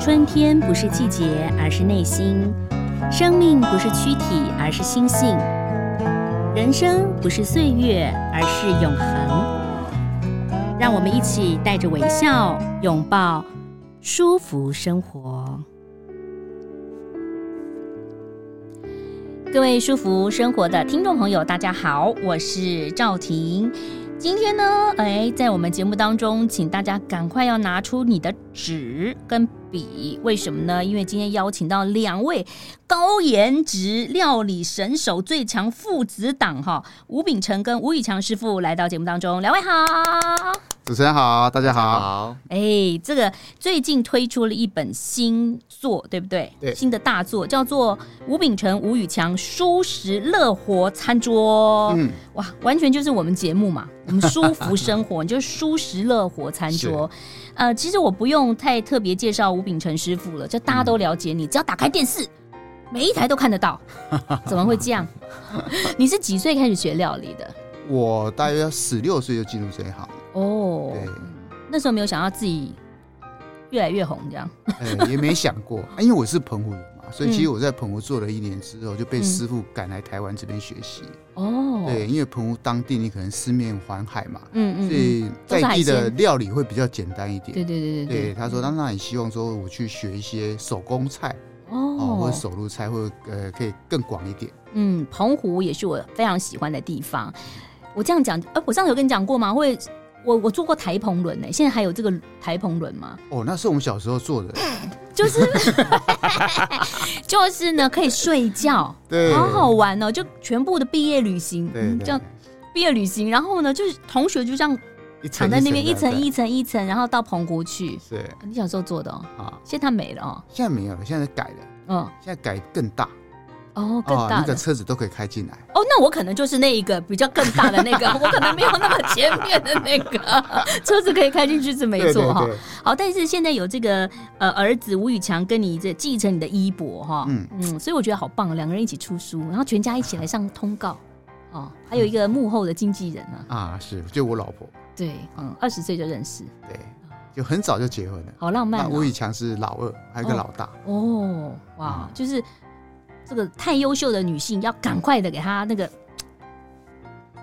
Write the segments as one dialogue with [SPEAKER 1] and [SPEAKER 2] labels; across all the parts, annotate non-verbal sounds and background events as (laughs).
[SPEAKER 1] 春天不是季节，而是内心；生命不是躯体，而是心性；人生不是岁月，而是永恒。让我们一起带着微笑，拥抱舒服生活。各位舒服生活的听众朋友，大家好，我是赵婷。今天呢，哎，在我们节目当中，请大家赶快要拿出你的纸跟笔，为什么呢？因为今天邀请到两位高颜值料理神手最强父子档哈，吴秉承跟吴以强师傅来到节目当中，两位好。
[SPEAKER 2] 主持人好，大家好。
[SPEAKER 3] 好，
[SPEAKER 1] 哎，这个最近推出了一本新作，对不对？
[SPEAKER 2] 对
[SPEAKER 1] 新的大作叫做吴秉承、吴宇强舒适乐活餐桌。
[SPEAKER 2] 嗯，
[SPEAKER 1] 哇，完全就是我们节目嘛， (laughs) 我们舒服生
[SPEAKER 2] (laughs)
[SPEAKER 1] 活，你就是舒适乐活餐桌。呃，其实我不用太特别介绍吴秉承师傅了，就大家都了解你，只要打开电视，每一台都看得
[SPEAKER 2] (laughs)
[SPEAKER 1] 到。怎么会这样？ (laughs) 你是几岁开始学料理的？
[SPEAKER 2] 我大约十六岁就进入水好，
[SPEAKER 1] 哦，
[SPEAKER 2] 对，
[SPEAKER 1] 那时候没有想到自己越来越红这样。
[SPEAKER 2] 呃，也没想过， (laughs) 因为我是澎湖人嘛，所以其实我在澎湖做了一年之后，就被
[SPEAKER 1] 嗯
[SPEAKER 2] 师傅赶来台湾这边学习。
[SPEAKER 1] 哦，
[SPEAKER 2] 对，因为澎湖当地你可能四面环海嘛，
[SPEAKER 1] 嗯嗯嗯，
[SPEAKER 2] 所以
[SPEAKER 1] 都是
[SPEAKER 2] 在
[SPEAKER 1] 海
[SPEAKER 2] 地的
[SPEAKER 1] 鲜
[SPEAKER 2] 料理会比较简单一
[SPEAKER 1] 对
[SPEAKER 2] 点。
[SPEAKER 1] 对对对嗯
[SPEAKER 2] 对，他说，那那你希望说我去学一些手工菜哦，或
[SPEAKER 1] 哦
[SPEAKER 2] 者，手路菜，或者呃，可以更广一点。
[SPEAKER 1] 嗯，澎湖也是我非常喜欢的地方。我这样讲，呃，我上次有跟你讲过吗？会，我我做过台澎轮呢、现在还有这个台澎轮吗？
[SPEAKER 2] 哦，那是我们小时候做
[SPEAKER 1] (clears throat)
[SPEAKER 2] 的，
[SPEAKER 1] 就是 (laughs) 就是呢，可以睡觉，
[SPEAKER 2] 对，
[SPEAKER 1] 好好玩哦！就全部的毕业旅行，
[SPEAKER 2] 对，
[SPEAKER 1] 嗯
[SPEAKER 2] 对
[SPEAKER 1] 这样毕业旅行，然后呢，就是同学就这样
[SPEAKER 2] 一层
[SPEAKER 1] 躺在那边一
[SPEAKER 2] 一
[SPEAKER 1] 层
[SPEAKER 2] 的
[SPEAKER 1] 一层一层，然后到澎湖去。
[SPEAKER 2] 对
[SPEAKER 1] 你小时候做的哦，
[SPEAKER 2] 啊，
[SPEAKER 1] 现在它没了哦，
[SPEAKER 2] 现在没有了，现在改了。
[SPEAKER 1] 嗯，
[SPEAKER 2] 现在改更大
[SPEAKER 1] 哦，更
[SPEAKER 2] 哦，
[SPEAKER 1] 大
[SPEAKER 2] 你
[SPEAKER 1] 的
[SPEAKER 2] 的车子都可以开进来。
[SPEAKER 1] 哦，那我可能就是那一个比较更大的那个， (laughs) 我可能没有那么前面的那个车子可以开进去是没错哦哈
[SPEAKER 2] 对。对对
[SPEAKER 1] 好，但是现在有这个呃儿子吴宇强跟你这继承你的衣钵哈，嗯
[SPEAKER 2] 嗯
[SPEAKER 1] 嗯，所以我觉得好棒，两个人一起出书，然后全家一起来上通告。哦，还有一个幕后的经纪人呢、
[SPEAKER 2] 啊，是就我老婆，
[SPEAKER 1] 对，嗯，二十岁就认识，
[SPEAKER 2] 对，就很早就结婚了。
[SPEAKER 1] 好浪漫
[SPEAKER 2] 那
[SPEAKER 1] 哦
[SPEAKER 2] 吴！以强是老二，还有一个老大，
[SPEAKER 1] 哦哇，
[SPEAKER 2] 嗯
[SPEAKER 1] 就是这个太优秀的女性，要赶快的给她那个，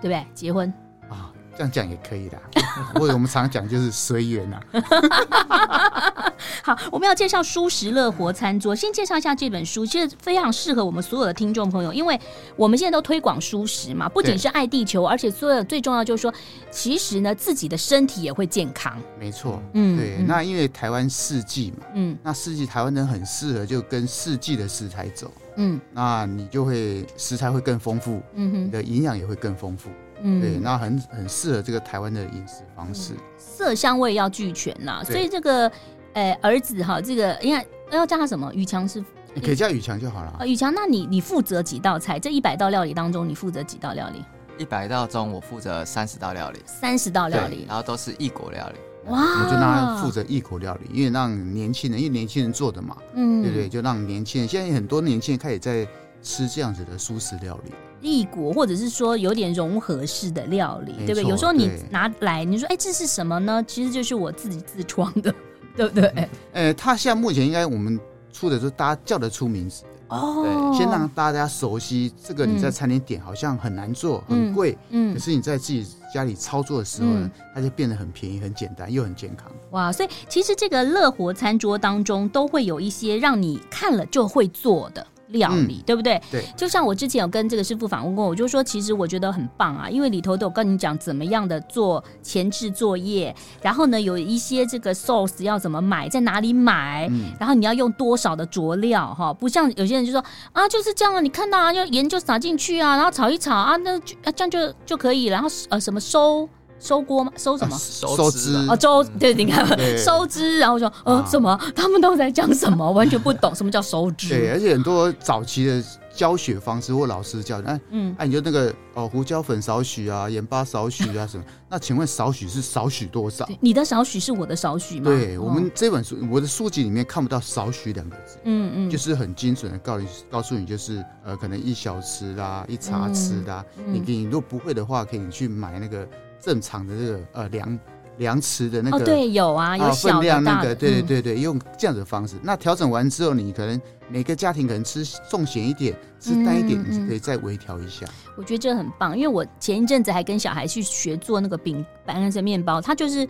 [SPEAKER 1] 对不对？结婚，
[SPEAKER 2] 啊，这样讲也可以啦。 (laughs) 或者我们常讲就是随缘啊呐。
[SPEAKER 1] 好，我们要介绍《舒适乐活餐桌》，先介绍一下这本书，其实非常适合我们所有的听众朋友，因为我们现在都推广舒适嘛，不仅是爱地球，而且最最重要就是说，其实呢，自己的身体也会健康。
[SPEAKER 2] 没错，
[SPEAKER 1] 嗯
[SPEAKER 2] 对。
[SPEAKER 1] 嗯
[SPEAKER 2] 那因为台湾四季嘛，
[SPEAKER 1] 嗯
[SPEAKER 2] 那四季台湾人很适合就跟四季的食材走，
[SPEAKER 1] 嗯
[SPEAKER 2] 那你就会食材会更丰富，
[SPEAKER 1] 嗯
[SPEAKER 2] 你
[SPEAKER 1] 哼
[SPEAKER 2] 的营养也会更丰富。
[SPEAKER 1] 嗯，
[SPEAKER 2] 对，那很很适合这个台湾的饮食方式。
[SPEAKER 1] 色香味要俱全呐、
[SPEAKER 2] 对
[SPEAKER 1] 所以这个呃儿子哈，这个应该要叫他什么？于强是
[SPEAKER 2] 你可以叫宇强就好
[SPEAKER 1] 呃，
[SPEAKER 2] 了。
[SPEAKER 1] 于强，那你你负责几道菜？这一百道料理当中，你负责几道料理？
[SPEAKER 3] 一百道中我负责三十道料理，
[SPEAKER 1] 三十道料
[SPEAKER 3] 对
[SPEAKER 1] 理
[SPEAKER 3] 然。后都是异国料理。
[SPEAKER 1] 哇
[SPEAKER 2] 我就让他负责异国料理，因为让年轻人，因为年轻人做的嘛，
[SPEAKER 1] 嗯
[SPEAKER 2] 对不对？就让年轻人，现在很多年轻人开始在吃这样子的素食料理，
[SPEAKER 1] 异国，或者是说有点融合式的料理，
[SPEAKER 2] 没
[SPEAKER 1] 对不对？
[SPEAKER 2] 错
[SPEAKER 1] 有时候你
[SPEAKER 2] 对
[SPEAKER 1] 拿来，你说哎，这是什么呢？其实就是我自己自创的， (laughs) 对不对？
[SPEAKER 2] 呃，他现在目前应该我们出的时候，大家叫得出名字，
[SPEAKER 1] 哦，
[SPEAKER 2] 先让大家熟悉这个。你在餐厅点好像很难做，很贵，
[SPEAKER 1] 嗯
[SPEAKER 2] 可是你在自己家里操作的时候呢
[SPEAKER 1] 嗯，
[SPEAKER 2] 它就变得很便宜、很简单又很健康。
[SPEAKER 1] 哇，所以其实这个乐活餐桌当中都会有一些让你看了就会做的。料理、对不对？
[SPEAKER 2] 嗯对
[SPEAKER 1] 就像我之前有跟这个师傅访问过，我就说其实我觉得很棒啊，因为里头都有跟你讲怎么样的做前置作业，然后呢有一些这个 sauce 要怎么买，在哪里买，
[SPEAKER 2] 嗯，
[SPEAKER 1] 然后你要用多少的佐料哈，不像有些人就说啊，就是这样啊，你看到啊，要盐就撒进去啊，然后炒一炒啊，那就啊这样就就可以，然后呃什么收收锅吗？收什么？
[SPEAKER 2] 啊
[SPEAKER 3] 收
[SPEAKER 2] 收
[SPEAKER 3] 汁
[SPEAKER 2] 汁
[SPEAKER 3] 啦
[SPEAKER 1] 哦，粥对，你看
[SPEAKER 2] 对
[SPEAKER 1] 收汁，然后说呃
[SPEAKER 2] 啊
[SPEAKER 1] 什么？他们都在讲什
[SPEAKER 2] (laughs)
[SPEAKER 1] 么？完全不懂什么叫收
[SPEAKER 2] 对，啊
[SPEAKER 1] 汁。
[SPEAKER 2] 而且很多早期的教学方式或老师教，哎，
[SPEAKER 1] 嗯，
[SPEAKER 2] 哎、你就那个哦，胡椒粉少许啊，盐巴少许啊什么？ (laughs) 那请问少许是少许多少？
[SPEAKER 1] 对你的少许是我的少许吗？
[SPEAKER 2] 对
[SPEAKER 1] 哦
[SPEAKER 2] 我们这本书，我的书籍里面看不到“少许”两个字，
[SPEAKER 1] 嗯嗯，
[SPEAKER 2] 就是很精准的告诉告诉你，就是呃，可能一小匙啦，一茶匙啦。
[SPEAKER 1] 嗯
[SPEAKER 2] 你可以，如果不会的话，可以去买那个正常的这个呃量量匙的那
[SPEAKER 1] 哦，
[SPEAKER 2] 个
[SPEAKER 1] 对，有啊，有
[SPEAKER 2] 啊，
[SPEAKER 1] 小
[SPEAKER 2] 分
[SPEAKER 1] 的
[SPEAKER 2] 量
[SPEAKER 1] 大
[SPEAKER 2] 那
[SPEAKER 1] 的，
[SPEAKER 2] 个，对对
[SPEAKER 1] 嗯，
[SPEAKER 2] 对对，用这样子的方式。那调整完之后，你可能每个家庭可能吃重咸一点，吃淡一点，
[SPEAKER 1] 嗯
[SPEAKER 2] 你是可
[SPEAKER 1] 嗯
[SPEAKER 2] 以再微调一下。
[SPEAKER 1] 我觉得这很棒，因为我前一阵子还跟小孩去学做那个饼干跟面包，他就是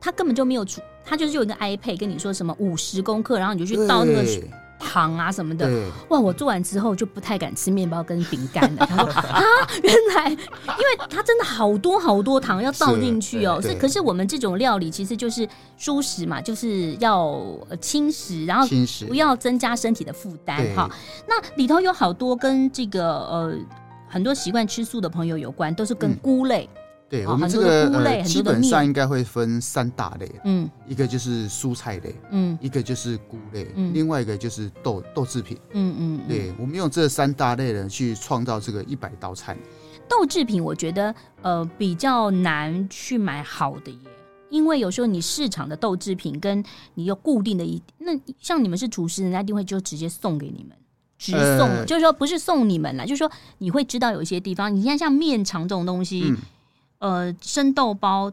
[SPEAKER 1] 他根本就没有出，他就是有一个 iPad 跟你说什么五十公克，然后你就去倒那个
[SPEAKER 2] 对
[SPEAKER 1] 糖啊什么的。
[SPEAKER 2] 对，
[SPEAKER 1] 哇！我做完之后就不太敢吃面包跟饼干
[SPEAKER 2] (laughs)
[SPEAKER 1] 了。他说啊，原来因为它真的好多好多糖要倒进去哦。
[SPEAKER 2] 是
[SPEAKER 1] 是，
[SPEAKER 2] 对
[SPEAKER 1] 可是我们这种料理其实就是蔬食嘛，就是要呃轻食，然后
[SPEAKER 2] 轻食
[SPEAKER 1] 不要增加身体的负担
[SPEAKER 2] 对
[SPEAKER 1] 哈。那里头有好多跟这个呃很多习惯吃素的朋友有关，都是跟
[SPEAKER 2] 嗯
[SPEAKER 1] 菇类，
[SPEAKER 2] 对
[SPEAKER 1] 好
[SPEAKER 2] 我们
[SPEAKER 1] 哦很
[SPEAKER 2] 这
[SPEAKER 1] 多的
[SPEAKER 2] 个
[SPEAKER 1] 菇类很
[SPEAKER 2] 呃，
[SPEAKER 1] 多
[SPEAKER 2] 基
[SPEAKER 1] 的
[SPEAKER 2] 本上
[SPEAKER 1] 面
[SPEAKER 2] 应该会分三大类，
[SPEAKER 1] 嗯
[SPEAKER 2] 一个就是蔬菜类，
[SPEAKER 1] 嗯
[SPEAKER 2] 一个就是菇类，
[SPEAKER 1] 嗯
[SPEAKER 2] 另外一个就是豆豆制品。
[SPEAKER 1] 嗯嗯，嗯。
[SPEAKER 2] 对，我们用这三大类呢去创造这个一百道菜。
[SPEAKER 1] 豆制品我觉得呃比较难去买好的耶，因为有时候你市场的豆制品跟你有固定的一那像你们是厨师，人家一定会就直接送给你们。直送、
[SPEAKER 2] 呃
[SPEAKER 1] 就是说不是送你们啦，就是说你会知道有一些地方，你看像面肠这种东西，
[SPEAKER 2] 嗯，
[SPEAKER 1] 呃，生豆包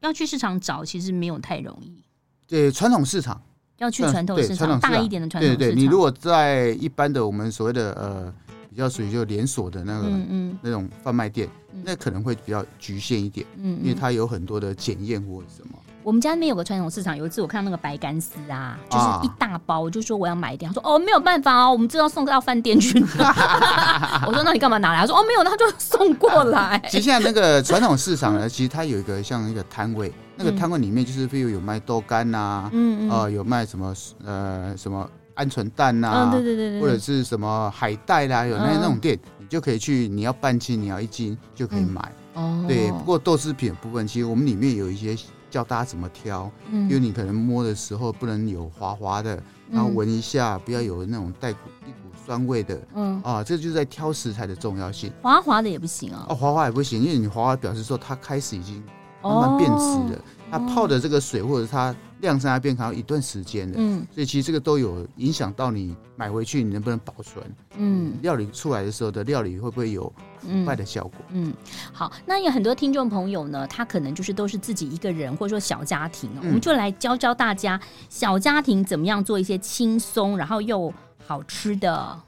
[SPEAKER 1] 要去市场找，其实没有太容易，
[SPEAKER 2] 对，传统市场。
[SPEAKER 1] 要去
[SPEAKER 2] 嗯
[SPEAKER 1] 传统
[SPEAKER 2] 对
[SPEAKER 1] 市
[SPEAKER 2] 传
[SPEAKER 1] 场
[SPEAKER 2] 统市
[SPEAKER 1] 大
[SPEAKER 2] 场
[SPEAKER 1] 一点的传统
[SPEAKER 2] 对
[SPEAKER 1] 市场。
[SPEAKER 2] 对对，你如果在一般的我们所谓的呃比较属于就连锁的那个、
[SPEAKER 1] 嗯嗯
[SPEAKER 2] 那种贩卖店
[SPEAKER 1] 嗯，
[SPEAKER 2] 那可能会比较局限一点，
[SPEAKER 1] 嗯，
[SPEAKER 2] 因为
[SPEAKER 1] 嗯
[SPEAKER 2] 它有很多的检验或者什么。
[SPEAKER 1] 我们家那边有个传统市场，有一次我看到那个白干丝啊，就是
[SPEAKER 2] 啊
[SPEAKER 1] 一大包，我就说我要买一点，他说哦没有办法哦，我们这要送到饭店去 (laughs) 拿。
[SPEAKER 2] (laughs)
[SPEAKER 1] 我说那你干嘛拿来？他说哦没有，他就送过来。
[SPEAKER 2] 其实现在那个传统市场
[SPEAKER 1] (laughs)
[SPEAKER 2] 呢，其实它有一个像一个摊位，那个
[SPEAKER 1] 嗯
[SPEAKER 2] 摊位里面就是譬如有卖豆干呐、啊，
[SPEAKER 1] 嗯
[SPEAKER 2] 呃，有卖什么呃什么鹌鹑蛋
[SPEAKER 1] 嗯，
[SPEAKER 2] 呐、
[SPEAKER 1] 对对对对，
[SPEAKER 2] 或者是什么海带啦，有那
[SPEAKER 1] 嗯嗯
[SPEAKER 2] 那种店，你就可以去，你要半斤，你要一斤就可以
[SPEAKER 1] 嗯
[SPEAKER 2] 买。
[SPEAKER 1] 哦
[SPEAKER 2] 对，不过豆制品的部分，其实我们里面有一些教大家怎么挑，因为
[SPEAKER 1] 嗯
[SPEAKER 2] 你可能摸的时候不能有滑滑的，然后闻一下，不要有那种带股一股酸味的
[SPEAKER 1] 嗯
[SPEAKER 2] 啊，这就是在挑食材的重要性。
[SPEAKER 1] 滑滑的也不行
[SPEAKER 2] 啊，
[SPEAKER 1] 啊，
[SPEAKER 2] 滑滑也不行，因为你滑滑表示说它开始已经慢
[SPEAKER 1] 哦
[SPEAKER 2] 慢变质了，它泡的这个水或者它晾在那边可能有一段时间的，
[SPEAKER 1] 嗯
[SPEAKER 2] 所以其实这个都有影响到你买回去你能不能保存，
[SPEAKER 1] 嗯
[SPEAKER 2] 料理出来的时候的料理会不会有
[SPEAKER 1] 嗯
[SPEAKER 2] 坏的效果？
[SPEAKER 1] 嗯，好，那有很多听众朋友呢，他可能就是都是自己一个人，或者说小家庭哦，
[SPEAKER 2] 嗯
[SPEAKER 1] 我们就来教教大家小家庭怎么样做一些轻松，然后又好吃的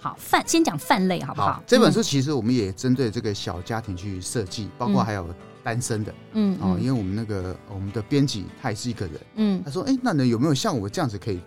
[SPEAKER 1] 好饭。先讲饭类好不好？
[SPEAKER 2] 这本
[SPEAKER 1] 嗯
[SPEAKER 2] 书其实我们也针对这个小家庭去设计，包括还有单身的
[SPEAKER 1] 嗯
[SPEAKER 2] 哦，因
[SPEAKER 1] 嗯
[SPEAKER 2] 为我们那个我们的编辑他也是一个人，
[SPEAKER 1] 嗯
[SPEAKER 2] 他说，哎，那你有没有像我这样子可以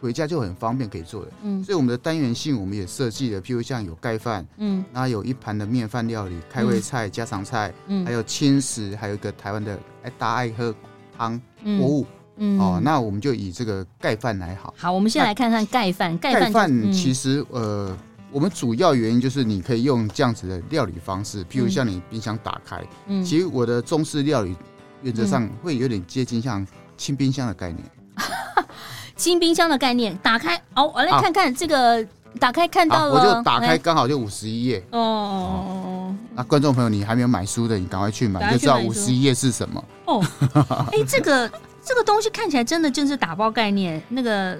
[SPEAKER 2] 回家就很方便可以做的？
[SPEAKER 1] 嗯
[SPEAKER 2] 所以我们的单元性我们也设计了，譬如像有盖饭，
[SPEAKER 1] 嗯
[SPEAKER 2] 那有一盘的面饭料理、开胃菜、家常菜，还
[SPEAKER 1] 嗯
[SPEAKER 2] 有轻食，还有一个台湾的哎大家爱喝汤
[SPEAKER 1] 嗯
[SPEAKER 2] 锅物
[SPEAKER 1] 嗯
[SPEAKER 2] 哦，那我们就以这个盖饭来好。
[SPEAKER 1] 好，我们先
[SPEAKER 2] 那
[SPEAKER 1] 来看看盖饭，盖
[SPEAKER 2] 盖
[SPEAKER 1] 饭
[SPEAKER 2] 饭
[SPEAKER 1] 就是嗯
[SPEAKER 2] 其实呃，我们主要原因就是你可以用这样子的料理方式，譬如像你冰箱打开，
[SPEAKER 1] 嗯嗯
[SPEAKER 2] 其实我的中式料理原则上会有点接近像清冰箱的概念。
[SPEAKER 1] 新冰箱的概念，打开哦，我来
[SPEAKER 2] 啊
[SPEAKER 1] 看看这个，打开看
[SPEAKER 2] 好，
[SPEAKER 1] 到
[SPEAKER 2] 我
[SPEAKER 1] 了，
[SPEAKER 2] 就打开
[SPEAKER 1] 来
[SPEAKER 2] 刚好就五十一页。
[SPEAKER 1] 哦哦
[SPEAKER 2] 那观众朋友，你还没有买书的，你赶快去买，
[SPEAKER 1] 赶快
[SPEAKER 2] 就
[SPEAKER 1] 去
[SPEAKER 2] 知道
[SPEAKER 1] 买
[SPEAKER 2] 五
[SPEAKER 1] 书
[SPEAKER 2] 十一页是什么。
[SPEAKER 1] 哦，哎、这个这个东西看起来真的就是打包概念，那个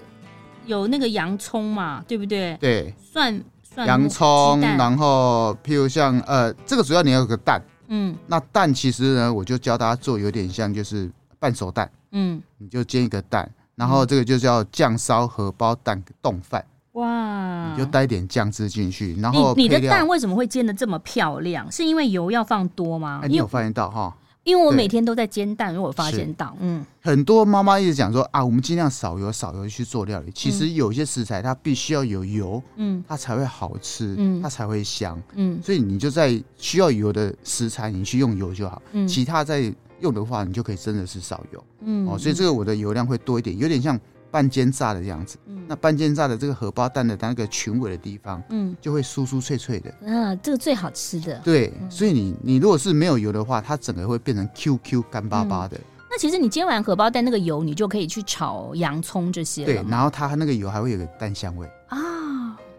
[SPEAKER 1] 有那个洋葱嘛，对不对？
[SPEAKER 2] 对，
[SPEAKER 1] 蒜蒜末
[SPEAKER 2] 洋葱，
[SPEAKER 1] 鸡蛋
[SPEAKER 2] 然后譬如像呃，这个主要你要有个蛋。
[SPEAKER 1] 嗯
[SPEAKER 2] 那蛋其实呢，我就教大家做有点像就是半熟蛋，
[SPEAKER 1] 嗯，
[SPEAKER 2] 你就煎一个蛋，然后这个就叫酱烧荷包蛋冻饭，
[SPEAKER 1] 哇
[SPEAKER 2] 你就带一点酱汁进去，然后
[SPEAKER 1] 嗯你你的
[SPEAKER 2] 配料
[SPEAKER 1] 蛋为什么会煎的这么漂亮？是因为油要放多吗？
[SPEAKER 2] 哎，你
[SPEAKER 1] 因
[SPEAKER 2] 有
[SPEAKER 1] 为
[SPEAKER 2] 发现到哈？
[SPEAKER 1] 因为我
[SPEAKER 2] 对
[SPEAKER 1] 每天都在煎蛋，因为我发
[SPEAKER 2] 是
[SPEAKER 1] 现到，嗯
[SPEAKER 2] 很多妈妈一直讲说啊，我们尽量少油少油去做料理。其实有些食材它必须要有油，
[SPEAKER 1] 嗯
[SPEAKER 2] 它才会好吃，
[SPEAKER 1] 嗯
[SPEAKER 2] 它才会香。
[SPEAKER 1] 嗯
[SPEAKER 2] 所以你就在需要油的食材，你去用油就好。
[SPEAKER 1] 嗯
[SPEAKER 2] 其他在用的话，你就可以真的是少油、
[SPEAKER 1] 嗯
[SPEAKER 2] 哦。所以这个我的油量会多一点，有点像半煎炸的样子。
[SPEAKER 1] 嗯
[SPEAKER 2] 那半煎炸的这个荷包蛋的那个裙尾的地方，
[SPEAKER 1] 嗯
[SPEAKER 2] 就会酥酥脆脆的。
[SPEAKER 1] 啊，这个最好吃的。
[SPEAKER 2] 对，所以你你如果是没有油的话，它整个会变成 QQ 干巴巴的。
[SPEAKER 1] 那其实你煎完荷包蛋那个油，你就可以去炒洋葱这些
[SPEAKER 2] 对
[SPEAKER 1] 了，嘛
[SPEAKER 2] 然后它那个油还会有个蛋香味，
[SPEAKER 1] 啊，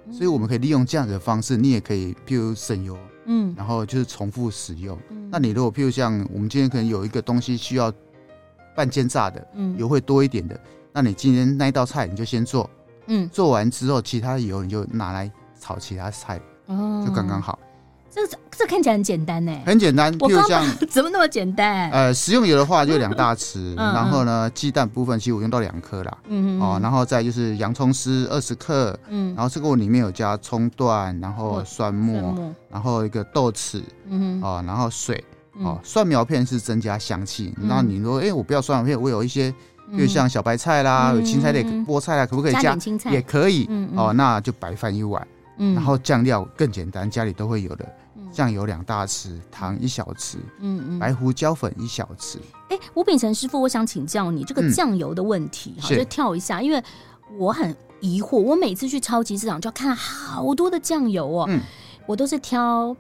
[SPEAKER 2] 所以我们可以利用这样子的方式，你也可以譬如省油，
[SPEAKER 1] 嗯，
[SPEAKER 2] 然后就是重复使用。
[SPEAKER 1] 嗯
[SPEAKER 2] 那你如果譬如像我们今天可能有一个东西需要半煎炸的，
[SPEAKER 1] 嗯
[SPEAKER 2] 油会多一点的，那你今天那一道菜你就先做，
[SPEAKER 1] 嗯
[SPEAKER 2] 做完之后其他的油你就拿来炒其他菜，
[SPEAKER 1] 哦
[SPEAKER 2] 就刚刚好。
[SPEAKER 1] 这个这看起来很简单呢，
[SPEAKER 2] 很简单，
[SPEAKER 1] 我
[SPEAKER 2] 譬
[SPEAKER 1] 刚
[SPEAKER 2] 如像
[SPEAKER 1] 刚 (laughs) 怎么那么简单？
[SPEAKER 2] 哎呃食用油的话就两大匙，
[SPEAKER 1] 嗯
[SPEAKER 2] 然后呢鸡蛋部分其实我用到两颗啦，
[SPEAKER 1] 嗯
[SPEAKER 2] 哦，然后再就是洋葱丝二十克，
[SPEAKER 1] 嗯
[SPEAKER 2] 然后这个我里面有加葱段，然后
[SPEAKER 1] 哦
[SPEAKER 2] 蒜
[SPEAKER 1] 蒜
[SPEAKER 2] 末，
[SPEAKER 1] 末
[SPEAKER 2] 然后一个豆豉
[SPEAKER 1] 嗯哼
[SPEAKER 2] 哦，然后水哦
[SPEAKER 1] 嗯，
[SPEAKER 2] 蒜苗片是增加香气。
[SPEAKER 1] 嗯
[SPEAKER 2] 那你说，哎，我不要蒜苗片，我有一些，
[SPEAKER 1] 嗯
[SPEAKER 2] 比如像小白菜啦，
[SPEAKER 1] 嗯
[SPEAKER 2] 有青菜类、
[SPEAKER 1] 嗯嗯
[SPEAKER 2] 菠菜啦，可不可以
[SPEAKER 1] 加
[SPEAKER 2] 加
[SPEAKER 1] 点？青菜
[SPEAKER 2] 也可以
[SPEAKER 1] 嗯嗯
[SPEAKER 2] 哦，那就白饭一碗，
[SPEAKER 1] 嗯
[SPEAKER 2] 然后酱料更简单，家里都会有的，
[SPEAKER 1] 嗯
[SPEAKER 2] 酱油两大匙，糖一小匙，
[SPEAKER 1] 嗯嗯
[SPEAKER 2] 白胡椒粉一小匙。
[SPEAKER 1] 哎，吴秉承师傅，我想请教你这个
[SPEAKER 2] 嗯
[SPEAKER 1] 酱油的问题，哈、
[SPEAKER 2] 是
[SPEAKER 1] 就跳一下，因为我很疑惑，我每次去超级市场就要看好多的酱油哦，
[SPEAKER 2] 嗯
[SPEAKER 1] 我都是挑。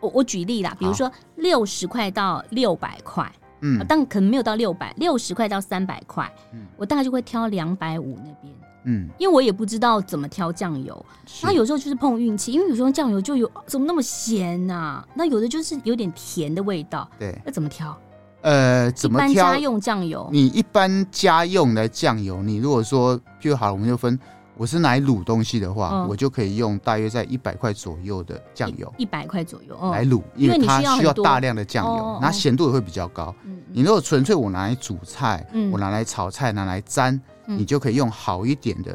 [SPEAKER 1] 我我举例啦，比如
[SPEAKER 2] 好
[SPEAKER 1] 说六十块到六百块，啊
[SPEAKER 2] 嗯
[SPEAKER 1] 但可能没有到六百，六十块到三百块
[SPEAKER 2] 嗯，
[SPEAKER 1] 我大概就会挑两百五那边，
[SPEAKER 2] 嗯，
[SPEAKER 1] 因为我也不知道怎么挑酱油。
[SPEAKER 2] 是
[SPEAKER 1] 它有时候就是碰运气，因为有时候酱油就有怎么那么咸呐、那有的就是有点甜的味道，
[SPEAKER 2] 对，
[SPEAKER 1] 那怎么挑？
[SPEAKER 2] 呃，怎么
[SPEAKER 1] 一般
[SPEAKER 2] 挑
[SPEAKER 1] 家？用酱油，
[SPEAKER 2] 你一般家用的酱油，你如果说，譬如好了，我们就分，我是拿来卤东西的话，
[SPEAKER 1] 嗯
[SPEAKER 2] 我就可以用大约在一百块左右的酱油
[SPEAKER 1] 一百块左右，嗯
[SPEAKER 2] 来卤，因
[SPEAKER 1] 因为
[SPEAKER 2] 为
[SPEAKER 1] 你
[SPEAKER 2] 它
[SPEAKER 1] 需要
[SPEAKER 2] 需要
[SPEAKER 1] 很多
[SPEAKER 2] 大量的酱
[SPEAKER 1] 哦哦
[SPEAKER 2] 油，那咸度也会比较高。
[SPEAKER 1] 嗯
[SPEAKER 2] 你如果纯粹我拿来煮菜，
[SPEAKER 1] 嗯
[SPEAKER 2] 我拿来炒菜，拿来沾，
[SPEAKER 1] 嗯
[SPEAKER 2] 你就可以用好一点的，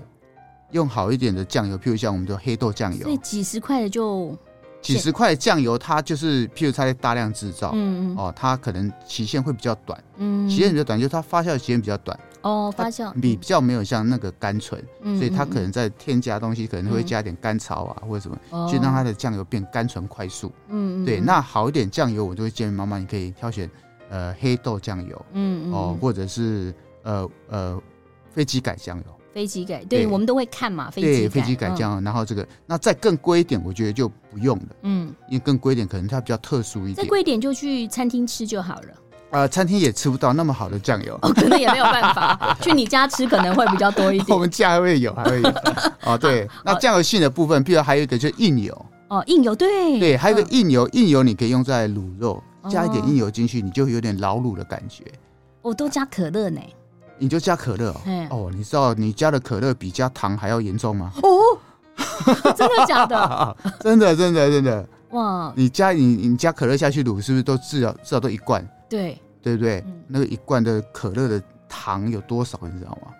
[SPEAKER 2] 用好一点的酱油，譬如像我们的黑豆酱
[SPEAKER 1] 所以
[SPEAKER 2] 油，
[SPEAKER 1] 几十块的就，
[SPEAKER 2] 几十块酱油它就是，譬如它在大量制造。
[SPEAKER 1] 嗯嗯
[SPEAKER 2] 哦，它可能期限会比较短，
[SPEAKER 1] 嗯，
[SPEAKER 2] 期限比较短，就是它发酵的时间比较短，
[SPEAKER 1] 哦，发酵
[SPEAKER 2] 比比较没有像那个甘醇，
[SPEAKER 1] 嗯
[SPEAKER 2] 所以它
[SPEAKER 1] 嗯
[SPEAKER 2] 可能在添加东西，可能会加点甘草啊或者什么，
[SPEAKER 1] 嗯
[SPEAKER 2] 去让它
[SPEAKER 1] 哦
[SPEAKER 2] 的酱油变甘醇快速。
[SPEAKER 1] 嗯嗯
[SPEAKER 2] 对，
[SPEAKER 1] 嗯
[SPEAKER 2] 那好一点酱油，我就会建议妈妈你可以挑选呃黑豆酱油
[SPEAKER 1] 嗯嗯
[SPEAKER 2] 哦
[SPEAKER 1] 嗯，
[SPEAKER 2] 或者是呃呃飞机改酱油，
[SPEAKER 1] 飞机改，对
[SPEAKER 2] 对
[SPEAKER 1] 我们都会看嘛，飞
[SPEAKER 2] 对，
[SPEAKER 1] 机嗯
[SPEAKER 2] 飞机改酱油。然后这个那再更贵一点，我觉得就不用了，
[SPEAKER 1] 嗯，
[SPEAKER 2] 因为更贵一点可能它比较特殊一
[SPEAKER 1] 嗯再
[SPEAKER 2] 点，
[SPEAKER 1] 贵一点就去餐厅吃就好了，
[SPEAKER 2] 呃，餐厅也吃不到那么好的酱油。
[SPEAKER 1] 哦，可能也没有办法，去你家吃可能会比较多一
[SPEAKER 2] (laughs) (laughs) 我
[SPEAKER 1] 点，
[SPEAKER 2] 们家还会有，还
[SPEAKER 1] (laughs)
[SPEAKER 2] 会有哦。对，那酱油性的部分，譬如还有一个就是硬油，
[SPEAKER 1] 哦，硬油对
[SPEAKER 2] 对，还有一个
[SPEAKER 1] 嗯
[SPEAKER 2] 硬油，硬油你可以用在卤肉，加一点
[SPEAKER 1] 哦
[SPEAKER 2] 硬油进去，你就会有点老卤的感觉。
[SPEAKER 1] 我都加可乐呢， (laughs)
[SPEAKER 2] 你就加可乐哦
[SPEAKER 1] 嗯
[SPEAKER 2] 哦，你知道你加的可乐比加糖还要严重吗？ (laughs)
[SPEAKER 1] 哦，真的假的？
[SPEAKER 2] 真的，真的，真的，
[SPEAKER 1] 哇，
[SPEAKER 2] 你加你你加可乐下去卤，是不是都至少至少都一罐，
[SPEAKER 1] 对
[SPEAKER 2] 对不对？
[SPEAKER 1] 嗯
[SPEAKER 2] 那个一罐的可乐的糖有多少，你知
[SPEAKER 1] 哦
[SPEAKER 2] 道吗？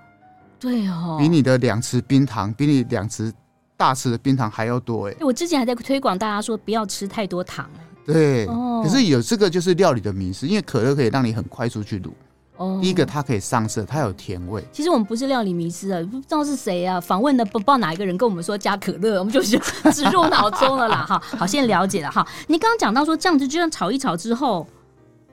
[SPEAKER 1] 对哦，
[SPEAKER 2] 比你的两匙冰糖，比你两匙大匙的冰糖还要多哎。
[SPEAKER 1] 哎我之前还在推广大家说不要吃太多糖
[SPEAKER 2] 对，
[SPEAKER 1] 哦
[SPEAKER 2] 可是有这个就是料理的迷思，因为可乐可以让你很快速去卤。
[SPEAKER 1] 哦，
[SPEAKER 2] 第一个，它可以上色，它有甜味。
[SPEAKER 1] 其实我们不是料理迷失啊，不知道是谁啊，访问的不不知道哪一个人跟我们说加可乐，我们就就植入脑中了啦
[SPEAKER 2] (laughs)
[SPEAKER 1] 哈。好，现在了解了哈。你刚刚讲到说酱汁就像炒一炒之后，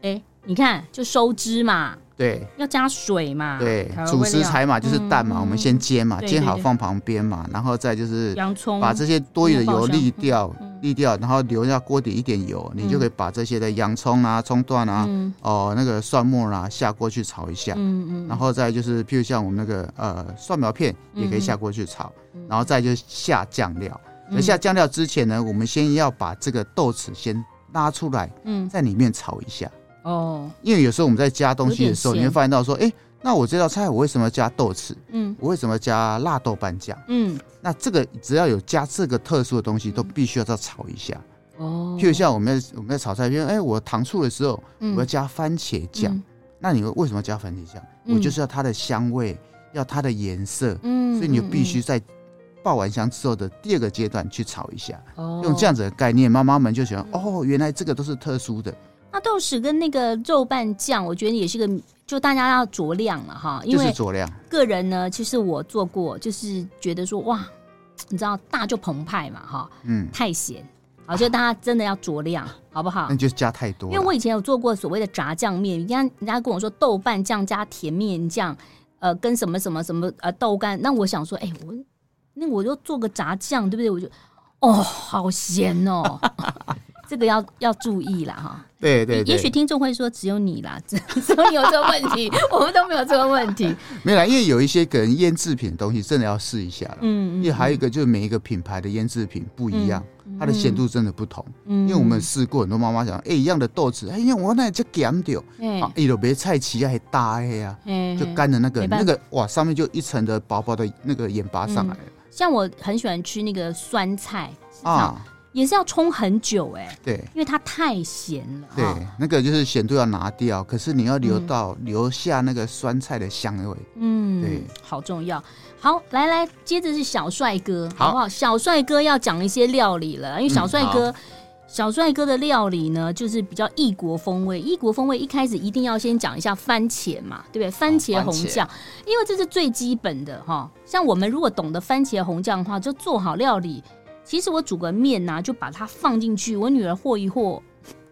[SPEAKER 1] 哎、你看就收汁嘛，
[SPEAKER 2] 对
[SPEAKER 1] 要加水嘛，
[SPEAKER 2] 对
[SPEAKER 1] 调，味
[SPEAKER 2] 主食
[SPEAKER 1] 料
[SPEAKER 2] 材嘛就是蛋嘛，
[SPEAKER 1] 嗯
[SPEAKER 2] 我们先煎嘛，
[SPEAKER 1] 对
[SPEAKER 2] 煎
[SPEAKER 1] 对
[SPEAKER 2] 好
[SPEAKER 1] 对
[SPEAKER 2] 放旁边嘛，然后再就是
[SPEAKER 1] 洋葱
[SPEAKER 2] 把这些多余的
[SPEAKER 1] 爆
[SPEAKER 2] 油
[SPEAKER 1] 香
[SPEAKER 2] 沥掉
[SPEAKER 1] 嗯，
[SPEAKER 2] 沥掉，然后留下锅底一点油，你就可以把这些的洋葱啊、葱段啊、
[SPEAKER 1] 嗯
[SPEAKER 2] 哦那个蒜末啊下锅去炒一下。
[SPEAKER 1] 嗯
[SPEAKER 2] 然后再就是，譬如像我们那个呃蒜苗片，也可以下锅去炒，然后再就是下酱料。
[SPEAKER 1] 嗯
[SPEAKER 2] 在下酱料之前呢，我们先要把这个豆豉先拉出来，
[SPEAKER 1] 嗯
[SPEAKER 2] 在里面炒一下。
[SPEAKER 1] 哦
[SPEAKER 2] 因为有时候我们在加东西的时候，
[SPEAKER 1] 有
[SPEAKER 2] 你
[SPEAKER 1] 点咸
[SPEAKER 2] 会发现到说，哎、那我这道菜我为什么要加豆豉？
[SPEAKER 1] 嗯
[SPEAKER 2] 我为什么要加辣豆瓣酱？
[SPEAKER 1] 嗯
[SPEAKER 2] 那这个只要有加这个特殊的东西，都必须要再炒一下。
[SPEAKER 1] 哦，
[SPEAKER 2] 譬如像我们在我们在炒菜，譬如哎、我糖醋的时候，
[SPEAKER 1] 嗯
[SPEAKER 2] 我要加番茄酱。
[SPEAKER 1] 嗯
[SPEAKER 2] 那你为什么要加番茄酱？
[SPEAKER 1] 嗯
[SPEAKER 2] 我就是要它的香味，要它的颜色，
[SPEAKER 1] 嗯，
[SPEAKER 2] 所以你就必须在爆完香之后的第二个阶段去炒一下。用
[SPEAKER 1] 用
[SPEAKER 2] 这样。子的概念，妈妈们就喜
[SPEAKER 1] 嗯
[SPEAKER 2] 欢哦，原来这个都是特殊的，
[SPEAKER 1] 哦那豆豉跟那个肉瓣酱，我觉得也是个，就大家要酌量了哈，因
[SPEAKER 2] 就
[SPEAKER 1] 为
[SPEAKER 2] 是佐料。
[SPEAKER 1] 个人呢，其实我做过，就是觉得说哇，你知道大就澎湃嘛哈，
[SPEAKER 2] 嗯，
[SPEAKER 1] 太咸，好，就大家真的要酌量，好不好
[SPEAKER 2] 那？就加太多
[SPEAKER 1] 因
[SPEAKER 2] 了。
[SPEAKER 1] 为我以前有做过所谓的炸酱面，人家人家跟我说豆瓣酱加甜面酱，呃，跟什么什么什么呃豆干，那我想说，哎、我那我就做个炸酱，对不对？我就哦，好咸哦， (laughs) 这个要要注意啦哈。
[SPEAKER 2] 对对对，
[SPEAKER 1] 也许听众会说只有你啦， (laughs) 只只有你有这个问题， (laughs) 我们都没有这个问
[SPEAKER 2] (laughs)
[SPEAKER 1] 题。
[SPEAKER 2] 没有啦，因为有一些可能腌制品的东西真的要试一下了。
[SPEAKER 1] 嗯，嗯
[SPEAKER 2] 因为还有一个就是每一个品牌的腌制品不一样，它的咸度真的不同。
[SPEAKER 1] 嗯
[SPEAKER 2] 因为我们试过很多妈妈讲，哎、一样的豆豉，哎、呀，我那就咸掉，
[SPEAKER 1] 哎
[SPEAKER 2] 啊，一都别菜奇啊，还搭黑啊，
[SPEAKER 1] 哎
[SPEAKER 2] 就干的那个
[SPEAKER 1] 没办法
[SPEAKER 2] 那
[SPEAKER 1] 嗯
[SPEAKER 2] 个哇，上面就一层的薄薄的那个盐巴上来了、
[SPEAKER 1] 像我很喜欢吃那个酸菜市场
[SPEAKER 2] 啊，
[SPEAKER 1] 也是要冲很久哎、
[SPEAKER 2] 对
[SPEAKER 1] 因为它太咸了。
[SPEAKER 2] 对
[SPEAKER 1] 哈，
[SPEAKER 2] 那个就是咸度要拿掉，可是你要留
[SPEAKER 1] 嗯
[SPEAKER 2] 到、留下那个酸菜的香味。
[SPEAKER 1] 嗯，
[SPEAKER 2] 对，
[SPEAKER 1] 好重要。好，来来，接着是小帅哥，好嗯
[SPEAKER 3] 好
[SPEAKER 1] 不好？小帅哥要讲一些料理了，因为小帅哥、小帅哥的料理呢，就是比较异国风味。异国风味一开始一定要先讲一下番茄嘛，对不对？哦番茄红酱，因为这是最基本的哈。像我们如果懂得番茄红酱的话，就做好料理。其实我煮个面啊呐、就把它放进去，我女儿和一和 (laughs)